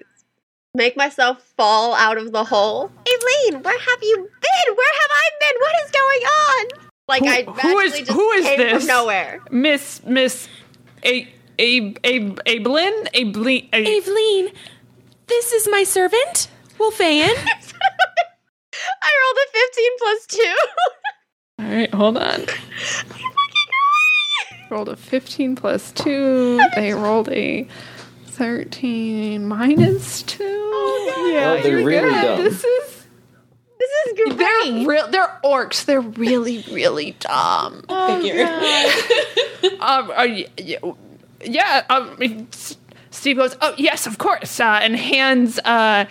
H: make myself fall out of the hole. Aileen, where have you been? Where have I been? What is going on? Like I
K: Who- who
H: magically
K: is-
H: just
K: who is
H: came
K: this?
H: from nowhere. [LAUGHS]
K: Miss Miss a a a Ablin Ablin a,
I: Aveline, this is my servant, Wolfan.
H: I rolled a fifteen plus two. [LAUGHS]
K: All right, hold on. rolled a 15 plus 2. They rolled a 13 minus 2. yeah,
E: Oh, they're
K: you're
E: really
K: good.
E: dumb.
K: This is
H: this is great.
K: They're real. They're orcs. They're really, really dumb. [LAUGHS] um, are you, you- yeah. Um, I mean, S- Steve goes. Oh yes, of course. Uh, and hands uh,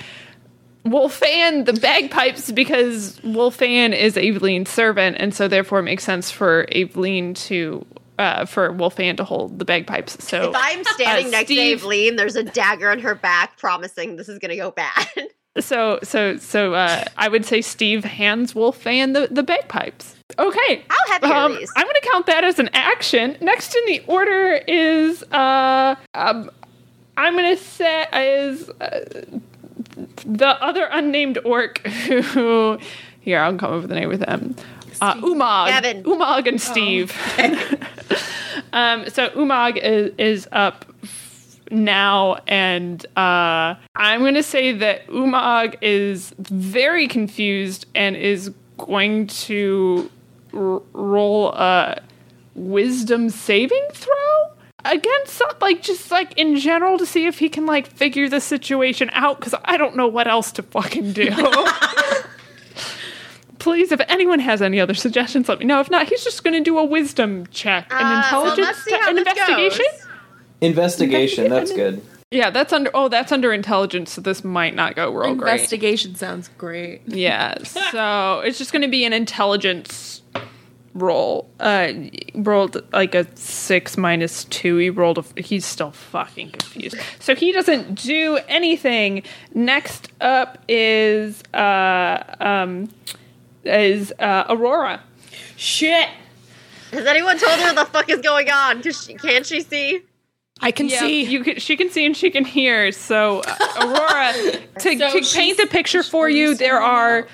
K: Wolfan the bagpipes because Wolfan is Aveline's servant, and so therefore it makes sense for Aveline to uh, for Wolfan to hold the bagpipes. So
H: If I'm standing
K: [LAUGHS] uh,
H: next
K: Steve-
H: to Aveline, there's a dagger in her back promising this is going to go bad.
K: So so so uh, I would say Steve hands Wolfan the the bagpipes. Okay,
H: I'll have your
K: um,
H: least.
K: I'm going to count that as an action. Next in the order is uh um, I'm going to say is uh, the other unnamed orc [LAUGHS] who here I'll come up with the name with them. Uh, Umag,
H: Gavin.
K: Umag, and Steve. [LAUGHS] um, so Umag is is up now and uh, i'm going to say that umag is very confused and is going to r- roll a wisdom saving throw against some, like just like in general to see if he can like figure the situation out because i don't know what else to fucking do [LAUGHS] Please, if anyone has any other suggestions, let me know. If not, he's just going to do a wisdom check, an
H: Uh, so
K: intelligence,
H: let's see
K: te-
H: how
K: an
H: this
K: investigation.
H: goes.
F: Investigation. That's good.
K: Yeah, that's under. Oh, that's under intelligence, so this might not go real great.
I: Investigation sounds great.
K: Yeah, so it's just going to be an intelligence roll. Uh, rolled like a six minus two. He rolled. A, he's still fucking confused. So he doesn't do anything. Next up is uh um is uh Aurora.
J: Shit.
H: Has anyone told her what the fuck is going on? Cause she, can't she see?
J: I can see.
K: you can, she can see and she can hear. So uh,
J: [LAUGHS]
K: Aurora, to, to paint the picture for you, there are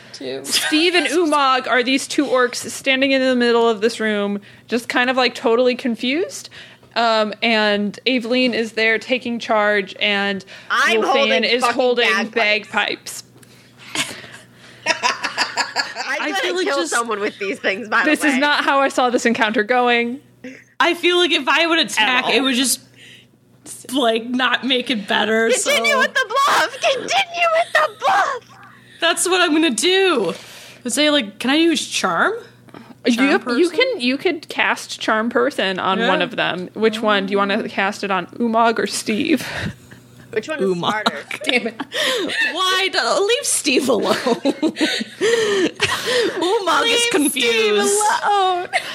J: [LAUGHS]
K: Steve and Umag are these two orcs standing in the middle of this room, just kind of like totally confused. Um, and Aveline is there taking charge, and
H: I'm
K: Wolfan
H: holding
K: is
H: fucking
K: holding
H: bagpipes.
K: bagpipes.
H: I'm going
J: feel
H: to
J: like
H: kill
J: just-
H: someone with these things, by
K: This
H: the way.
K: is not how I saw this encounter going.
J: I feel like if I would attack, it would just like not make it better.
H: Continue
J: so
H: with the bluff! Continue with the bluff!
J: that's what I'm gonna do. I say like, can I use charm? Charm
K: you, you
J: person?
K: can you could cast charm person on
J: Yeah. Mm.
K: one of them. Which one do you want to cast it on, Umag or Steve?
H: Which one is
J: Uma. [LAUGHS]
H: smarter?
J: Why do, leave Steve [LAUGHS] alone? Umag is confused.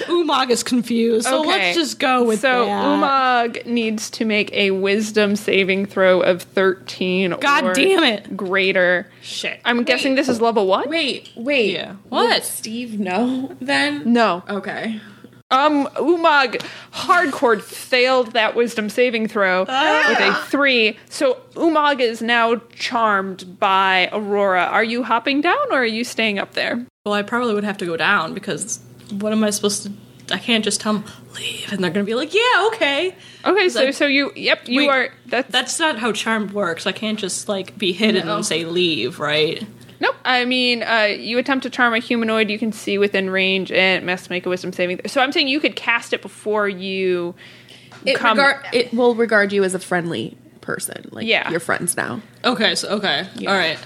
J: Umag is confused. So
K: Okay.
J: let's just go with
K: so
J: that.
K: Umag needs to make a wisdom saving throw of 13
J: God
K: or
J: damn it.
K: greater.
J: Shit.
K: I'm guessing this is level 1?
I: Wait, wait.
J: Yeah.
I: What? Steve know then?
K: No.
I: Okay.
K: Um Umag hardcore failed that wisdom saving throw with a
J: Ah.
K: 3. So Umag is now charmed by Aurora. Are you hopping down or are you staying up there?
J: Well, I probably would have to go down because what am I supposed to? I can't just tell them leave, and they're gonna be like, "Yeah, okay."
K: Okay, so
J: I-
K: so you yep, you
J: Wait.
K: are that's
J: That's not how charmed works. I can't just like be hidden and say leave, right?
K: Nope. I mean, uh, you attempt to charm a humanoid you can see within range, and it must make a wisdom saving. Th- so I'm saying you could cast it before you
I: It,
K: come.
I: regard, it will regard you as a friendly person. Like
K: Yeah.
I: you're friends [LAUGHS] now.
J: Okay, so okay, all right.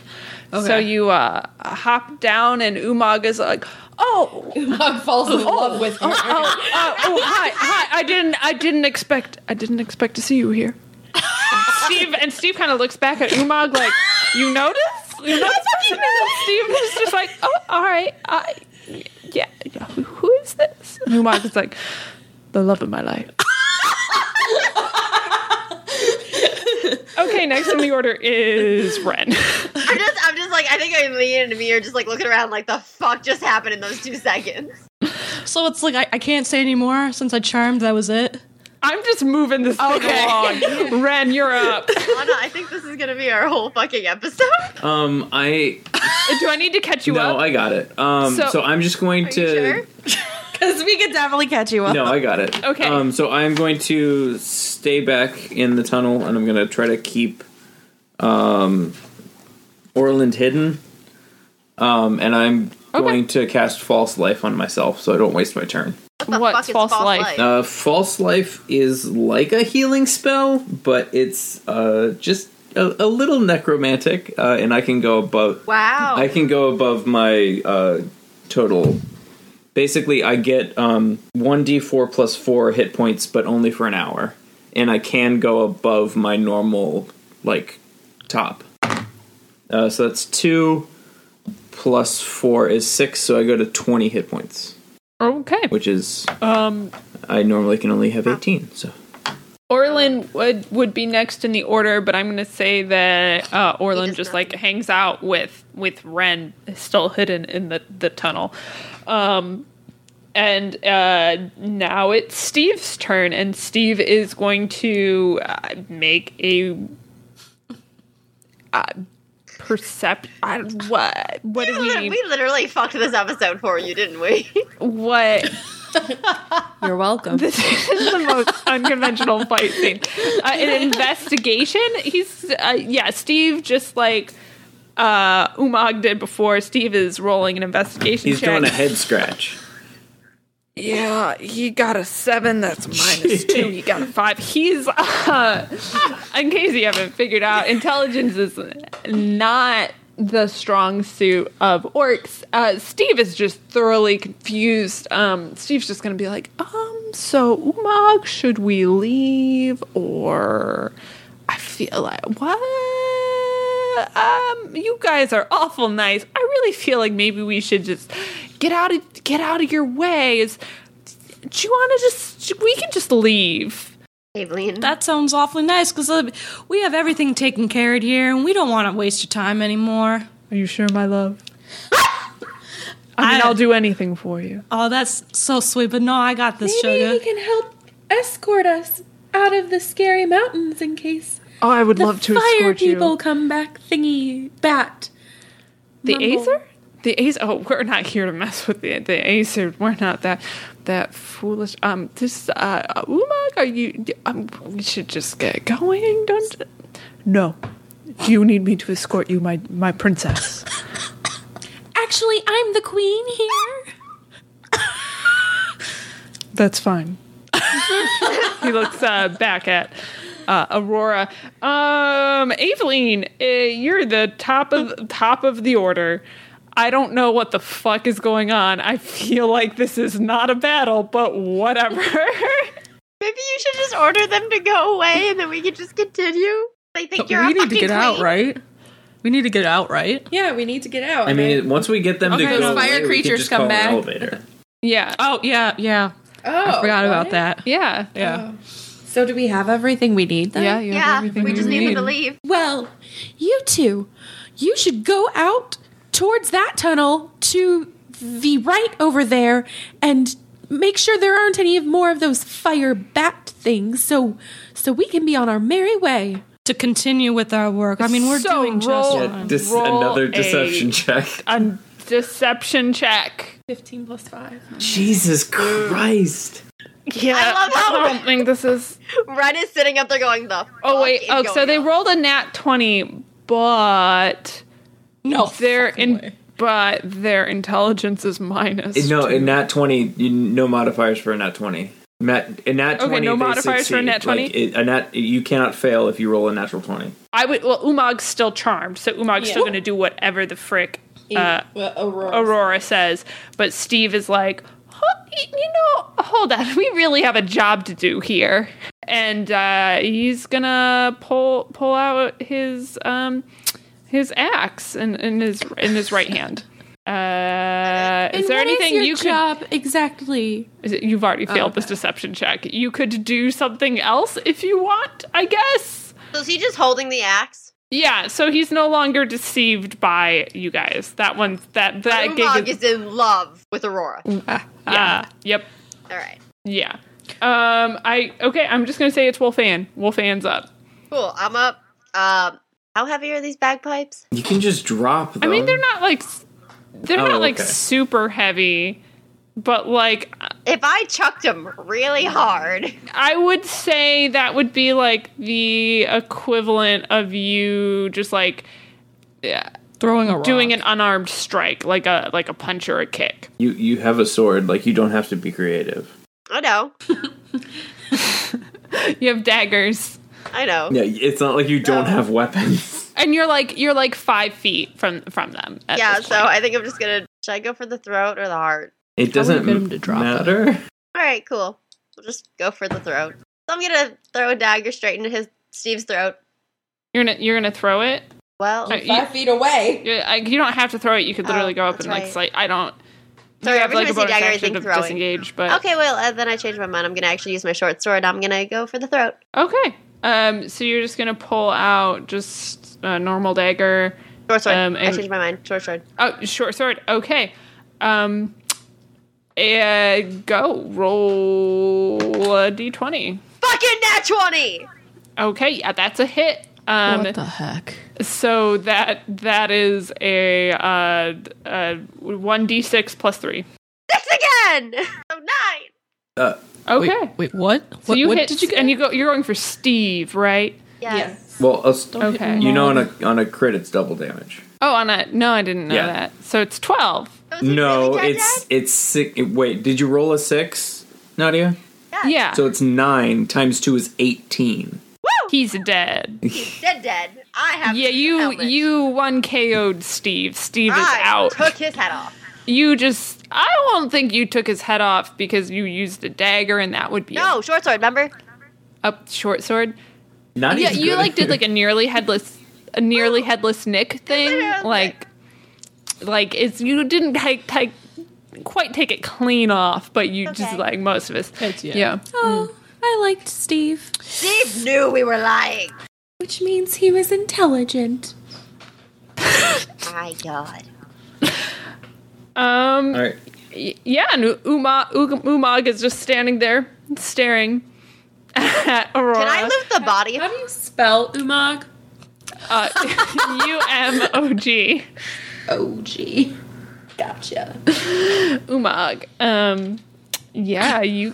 J: Okay.
K: So you uh, hop down, and Umag is like, "Oh,
I: Mug falls in love with her.
K: oh, uh, oh, hi, hi! I didn't, I didn't expect, I didn't expect to see you here." And Steve and Steve kind of looks back at Umag like, "You notice?" You notice? And Steve is just like, "Oh, all right, I, yeah, yeah. Who, who is this?" And Umag is like, "The love of my life." okay, next in the order is Ren.
H: I'm just, I'm just like, I think Eileen and me are just like looking around like the fuck just happened in those two seconds.
J: [LAUGHS] So it's like I, I can't say anymore since I charmed. That was [LAUGHS] it.
K: I'm just moving this thing along. Ren, you're up.
H: Anna, I think this is gonna be our whole fucking episode. [LAUGHS]
F: Um, I
K: Do I need to catch you
F: no,
K: up?
F: I got it. Um,
K: So-
F: so, I'm just going to.
H: sure?
I: Because we could definitely catch you up.
F: No, I got it.
K: Okay.
F: Um, so I'm going to stay back in the tunnel, and I'm going to try to keep um, Orland hidden. Um, and I'm going to cast False Life on myself, so I don't waste my turn.
H: What the
K: What's
H: fuck is
K: false
H: false,
K: life?
H: life?
F: Uh, false Life is like a healing spell, but it's uh, just a, a little necromantic, uh, and I can go above.
H: wow.
F: I can go above my uh, total. Basically, I get um, 1d4 plus 4 hit points, but only for an hour. And I can go above my normal, like, top. Uh, so that's 2 plus 4 is 6, so I go to 20 hit points,
K: Okay.
F: which is
K: Um,
F: I normally can only have 18, so.
K: Orlin would would be next in the order, but I'm going to say that uh, Orlin just like hangs out with with Ren, still hidden in the the tunnel. Um, and uh, now it's Steve's turn, and Steve is going to uh, make a uh, percept. I, what what do
H: [LAUGHS] we,
K: we?
H: we literally fucked this episode for you, didn't we? [LAUGHS]
K: What
J: You're welcome.
K: This is the most unconventional fight scene. Uh, an investigation. He's uh, yeah. Steve just like uh, Umag did before. Steve is rolling an investigation.
F: He's
K: check.
F: doing a head scratch.
K: Yeah, he got a seven. That's minus two. He got a five. He's, uh, [LAUGHS] in case you haven't figured out, intelligence is not the strong suit of orcs. Uh, Steve is just thoroughly confused. Um, Steve's just going to be like, um, so Umag, should we leave? Or I feel like, what? Um, you guys are awful nice. I really feel like maybe we should just get out of get out of your way. Is do you want to just we can just leave?
H: Evelyn.
J: That sounds awfully nice because we have everything taken care of here and we don't want to waste your time anymore.
O: Are you sure, my love? I mean,
J: I-
O: I'll do anything for you.
J: Oh, that's so sweet, but no, I got this,
I: Maybe he
J: sugar.
I: can help escort us out of the scary mountains in case
O: Oh, I would
I: the
O: love to
I: fire
O: escort
I: people
O: you.
I: come back thingy bat.
K: The
I: Mumble.
K: Acer? The Acer? Oh, we're not here to mess with the the Acer. We're not that that foolish. Um, this uh, Umag, are you? Um, we should just get going. Don't.
O: No, do you need me to escort you, my my princess?
I: Actually, I'm the queen here.
O: That's fine.
K: He looks uh, back at uh, Aurora. Um, Aveline, uh, you're the top of top of the order. I don't know what the fuck is going on. I feel like this is not a battle, but whatever.
H: Maybe you should just order them to go away and then we can just continue. They think you're
J: we
H: a
J: need to
H: fucking
J: get out,
H: queen.
J: right? We need to get out, right?
I: Yeah, we need to get out.
F: I mean, once we get them to
I: Okay,
F: go
I: fire
F: away, we can
I: creatures
F: just
I: come
F: call
I: back.
F: an elevator.
K: yeah.
J: Oh, yeah, yeah.
I: oh,
J: I forgot about
I: what?
J: that.
K: Yeah.
J: Yeah.
I: So, do we have everything we need then?
O: Yeah, you have
H: Yeah,
O: everything
H: we
O: you
H: just need them to leave.
I: Well, you two, you should go out towards that tunnel to the right over there and make sure there aren't any more of those fire bat things so so we can be on our merry way.
J: To continue with our work. I mean, we're
K: So
J: doing just
K: roll-
F: Yeah,
J: fine.
F: dis-
K: Roll
F: another
K: a-
F: deception check.
K: a deception check.
I: 15 plus 5.
F: Jesus Christ.
K: Yeah,
H: I love how-
K: don't think this is.
H: Ren is sitting up there going, the
K: Oh
H: fuck
K: wait,
H: is
K: oh,
H: going
K: so they
H: on?
K: rolled a nat twenty, but
J: No,
K: [LAUGHS] their
J: Oh, fucking
K: in
J: way.
K: but their intelligence is minus.
F: No,
K: two.
F: in nat 20, you, no modifiers for a nat 20. Mat, in nat 20,
K: no
F: they
K: modifiers for a
F: succeed.
K: nat 20?
F: Like, it, a nat, you cannot fail if you roll a natural 20.
K: I would. Well, Umag's still charmed, so Umag's still going to do whatever the frick uh, Aurora says. But Steve is like, "Huh, y- you know, hold on, [LAUGHS] we really have a job to do here, and uh, he's gonna pull pull out his um his axe in, in his in his right hand. Uh, is there anything you could?
I: job exactly?
K: Is it, you've already failed this deception check. You could do something else if you want, I guess.
H: So is he just holding the axe?
K: Yeah, so he's no longer deceived by you guys. That one, that that
H: Umag
K: gig is,
H: is in love with Aurora.
K: Mm.
H: All
K: yeah, yep,
H: right.
K: yeah. Um, I okay. I'm just gonna say it's Wolfan. Wolfan's up.
H: Cool. I'm up. Um, how heavy are these bagpipes?
F: You can just drop them.
K: I mean, they're not like s- they're
F: Oh,
K: not like
F: okay.
K: super heavy, but like
H: If I chucked them really hard,
K: I would say that would be like the equivalent of you just like
J: throwing a rock.
K: doing an unarmed strike, like a like a punch or a kick.
F: You, you have a sword. Like, you don't have to be creative.
H: I know.
K: You have daggers.
H: I know.
F: Yeah, it's not like you don't have weapons.
K: And you're like you're like five feet from from them. at
H: Yeah,
K: this
H: so I think I'm just gonna. Should I go for the throat or the heart?
F: It doesn't
J: get 'em to drop it.
F: matter.
H: All right, cool. We'll just go for the throat. So I'm gonna throw a dagger straight into his Steve's throat.
K: You're gonna you're gonna throw it.
H: Well,
K: Uh, you,
I: feet away.
K: you, I- you don't have to throw it. You could literally
H: Oh,
K: go up
H: that's
K: and like
H: right.
K: slight. I don't.
H: Sorry,
K: have,
H: every time
K: like, a
H: I see
K: bonus
H: dagger, I
K: action
H: think
K: to
H: throwing.
K: disengage, but-
H: okay, well, uh, then I changed my mind. I'm gonna actually use my short sword. I'm gonna go for the throat.
K: Okay. Um, so you're just gonna pull out just a normal dagger.
H: Short sword.
K: Um,
H: I
K: and-
H: changed my mind. Short sword.
K: Oh, short sword. Okay. Um, and go roll a d20.
H: Fucking nat twenty.
K: Okay, yeah, that's a hit. Um,
J: what the heck?
K: So that that is a uh, uh, one d six plus three.
H: Six again. [LAUGHS] So nine.
F: Uh,
K: Okay.
J: Wait, wait, what?
K: So
J: what,
K: you
J: what
K: hit
J: did you get?
K: and you go. You're going for Steve, right?
H: Yes.
F: Well, a st-
K: Don't hit Okay. me,
F: you know, on
K: Mom.
F: a on a crit, it's double damage.
K: Oh, on a no, I didn't know
F: Yeah.
K: that. So it's twelve.
F: No, it's it's six. Wait, did you roll a six, Nadia?
K: Yeah.
F: So it's nine times two is eighteen.
K: He's dead.
J: [LAUGHS]
H: Dead. Dead. I have.
K: Yeah, you you one KO'd Steve. Steve is
H: I
K: out.
H: Took his head off.
K: You just I don't think you took his head off because you used a dagger and that would be
H: No, short sword. Remember?
K: a, a short sword.
F: Not
K: yeah,
F: as
K: you
F: good.
K: like did like a nearly headless a nearly headless Nick thing. Like like it's you didn't take take quite take it clean off, but you just
H: Okay.
K: like most of us.
J: yeah.
I: Oh, I liked Steve,
H: Steve knew we were lying.
I: which means he was intelligent.
H: My God.
K: Um
F: All right.
K: y- yeah, and Uma Ug- Umag is just standing there staring [LAUGHS] at Aurora.
H: Can I lift the body?
I: How do you spell Umag?
K: Uh, [LAUGHS] U M O G.
I: Oh, gee. Gotcha.
K: Umag. Um, yeah, you.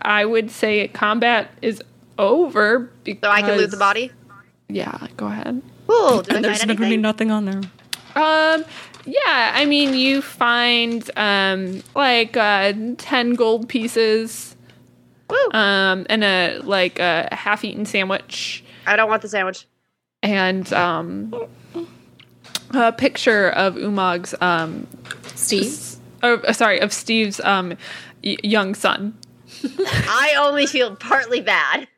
K: I would say combat is over. Because,
H: So I can loot the body.
K: Yeah, go ahead.
H: Cool. Did I
J: And
H: find
J: there's
H: anything?
J: going to be nothing on there.
K: Um, yeah, I mean, you find um, like uh, ten gold pieces.
H: Woo.
K: Um, and a like a half-eaten sandwich.
H: I don't want the sandwich.
K: and um, a picture of Umag's um, Steve. Or, uh, sorry, of Steve's um, y- young son.
H: I only feel partly bad.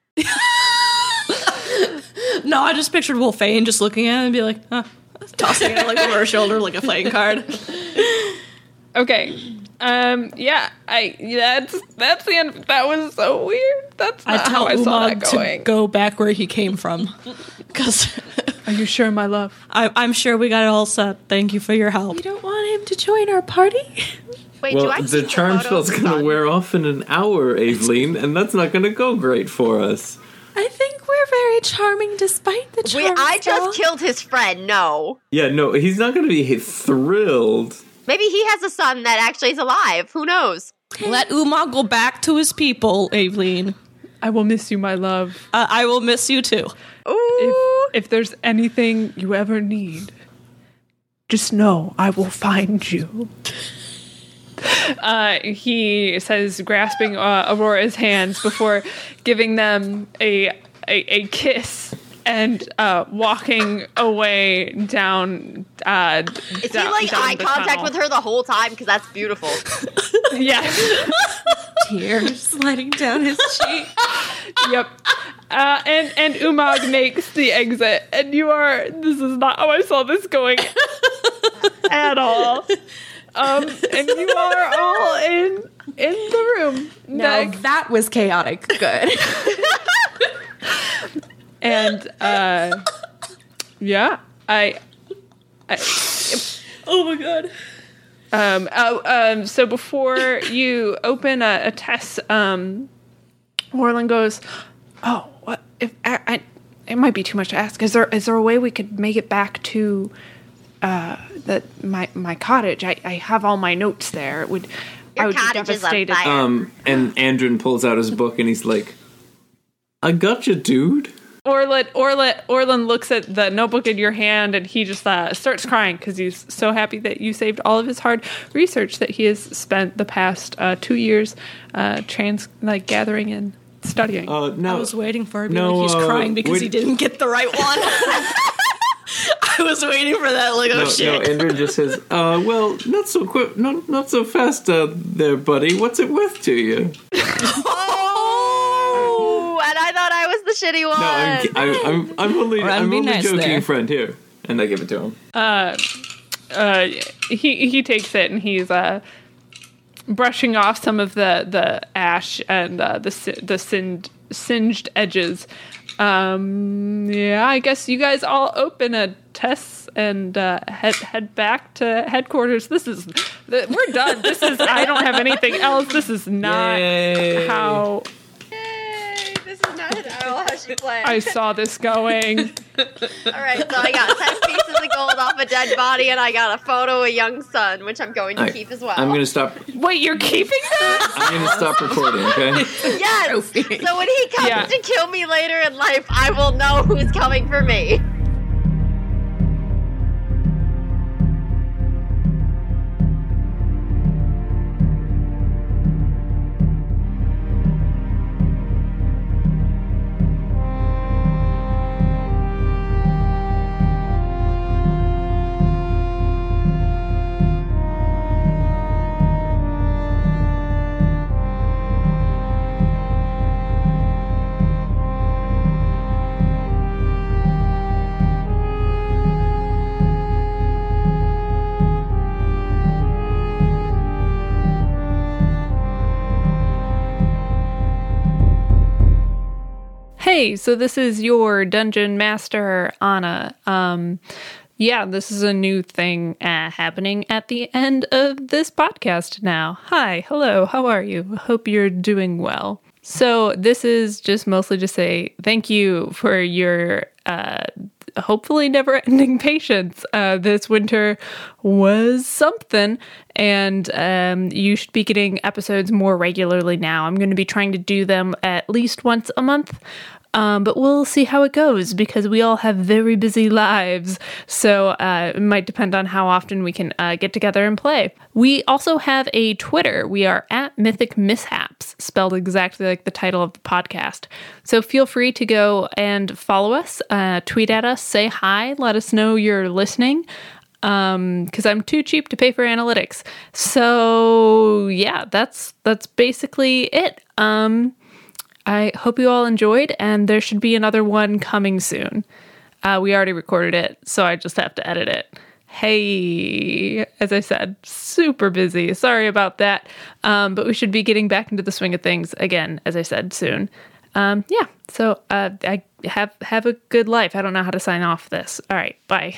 J: No, I just pictured Wolfane just looking at it and be like, huh. Tossing it like over her shoulder like a playing card. [LAUGHS]
K: Okay. Um. Yeah. I. That's that's the end. That was so weird. That's
J: I
K: not
J: tell
K: how I saw that
J: Umag
K: going.
J: to go back where he came from. [LAUGHS] Because
K: Are you sure, my love?
J: I'm sure we got it all set. Thank you for your help.
I: You don't want him to join our party?
H: Wait, do I
F: Well,
H: see
F: the charm
H: photo
F: spell's going to wear off in an hour, Aveline, and that's not going to go great for us.
I: I think we're very charming despite the charm.
F: Oh,
H: Wait, I
I: spell.
H: just killed his friend. No.
F: Yeah, no, he's not going to be thrilled.
H: Maybe he has a son that actually is alive. Who knows?
J: Let Umag go back to his people, Aveline.
C: I will miss you, my love.
J: Uh, I will miss you too.
C: If, if there's anything you ever need, just know I will find you.
K: Uh, he says, grasping uh, Aurora's hands before giving them a a, a kiss and uh, walking away down. Uh,
H: Is he like eye contact with her the whole time? Because that's
F: [LAUGHS]
H: beautiful.
K: Yes.
J: [LAUGHS] Tears sliding down
I: [LAUGHS]
J: his cheek.
K: yep. Uh, and and Umag makes the exit, and you are. This is not how I saw this going at all. Um, and you are all in in the room.
I: Now
K: That-
I: that was chaotic. Good.
K: and uh, yeah, I
J: Oh my god.
K: Um, oh, um, so before you open a, a test, um, Orlin goes,
A: Oh, what if I, I? It might be too much to ask. Is there is there a way we could make it back to uh, the my my cottage? I, I have all my notes there. It would I
F: Oh,
H: Your
A: would be
H: cottage is on
A: devastated.
H: fire.
F: Um, and Andrin pulls out his book and he's like, I gotcha, dude.
K: Orlin, Orlin, Orlin looks at the notebook in your hand and he just uh, starts crying because he's so happy that you saved all of his hard research that he has spent the past uh, two years uh, trans like gathering and studying.
F: Uh,
J: I
F: no,
J: was waiting for it. to be
F: No,
J: like, he's
F: uh,
J: crying because
F: would-
J: he didn't get the right one. [LAUGHS] I was waiting for that. Like, oh
F: no, no,
J: shit.
F: Andrin just says, uh, well, not so quick, not, not so fast, uh, there, buddy. What's it worth to you?
H: Ooh, and I thought I was the shitty one.
F: No, I'm, I'm, I'm, I'm only,
J: Well, that'd
F: I'm
J: be
F: only
J: nice
F: joking,
J: there.
F: friend. Here, and I give it to him.
K: uh, he he takes it and he's uh brushing off some of the the ash and uh, the si- the singed, singed edges. Um, yeah, I guess you guys all open a test and uh, head head back to headquarters. This is th- we're done. This is I don't have anything else. This is not
F: Yay.
K: how
H: This is not at all how she planned.
K: I saw this going.
H: All right, so I got ten pieces of gold off a dead body, and I got a photo of a young son, which I'm going to
F: All right,
H: keep as well.
F: I'm gonna stop.
K: Wait, you're keeping that?
F: I'm gonna stop recording. Okay. [LAUGHS]
H: Yes. So when he comes
K: Yeah.
H: to kill me later in life, I will know who's coming for me.
K: Hey, so this is your dungeon master, Anna. Um, yeah, this is a new thing uh, happening at the end of this podcast now. Hi, hello, how are you? Hope you're doing well. So, this is just mostly to say thank you for your uh, hopefully never [LAUGHS] ending patience. Uh, this winter was something, and um, you should be getting episodes more regularly now. I'm going to be trying to do them at least once a month. Um, but we'll see how it goes because we all have very busy lives. So uh, it might depend on how often we can uh, get together and play. We also have a Twitter. We are at Mythic Mishaps, spelled exactly like the title of the podcast. So feel free to go and follow us, uh, tweet at us, say hi, let us know you're listening because I'm too cheap to pay for analytics. So yeah, that's that's basically it. Um, I hope you all enjoyed, and there should be another one coming soon. Uh, we already recorded it, so I just have to edit it. Hey, as I said, super busy. Sorry about that. Um, but we should be getting back into the swing of things again, as I said, soon. Um, yeah, so uh, I have have a good life. I don't know how to sign off this. All right, bye.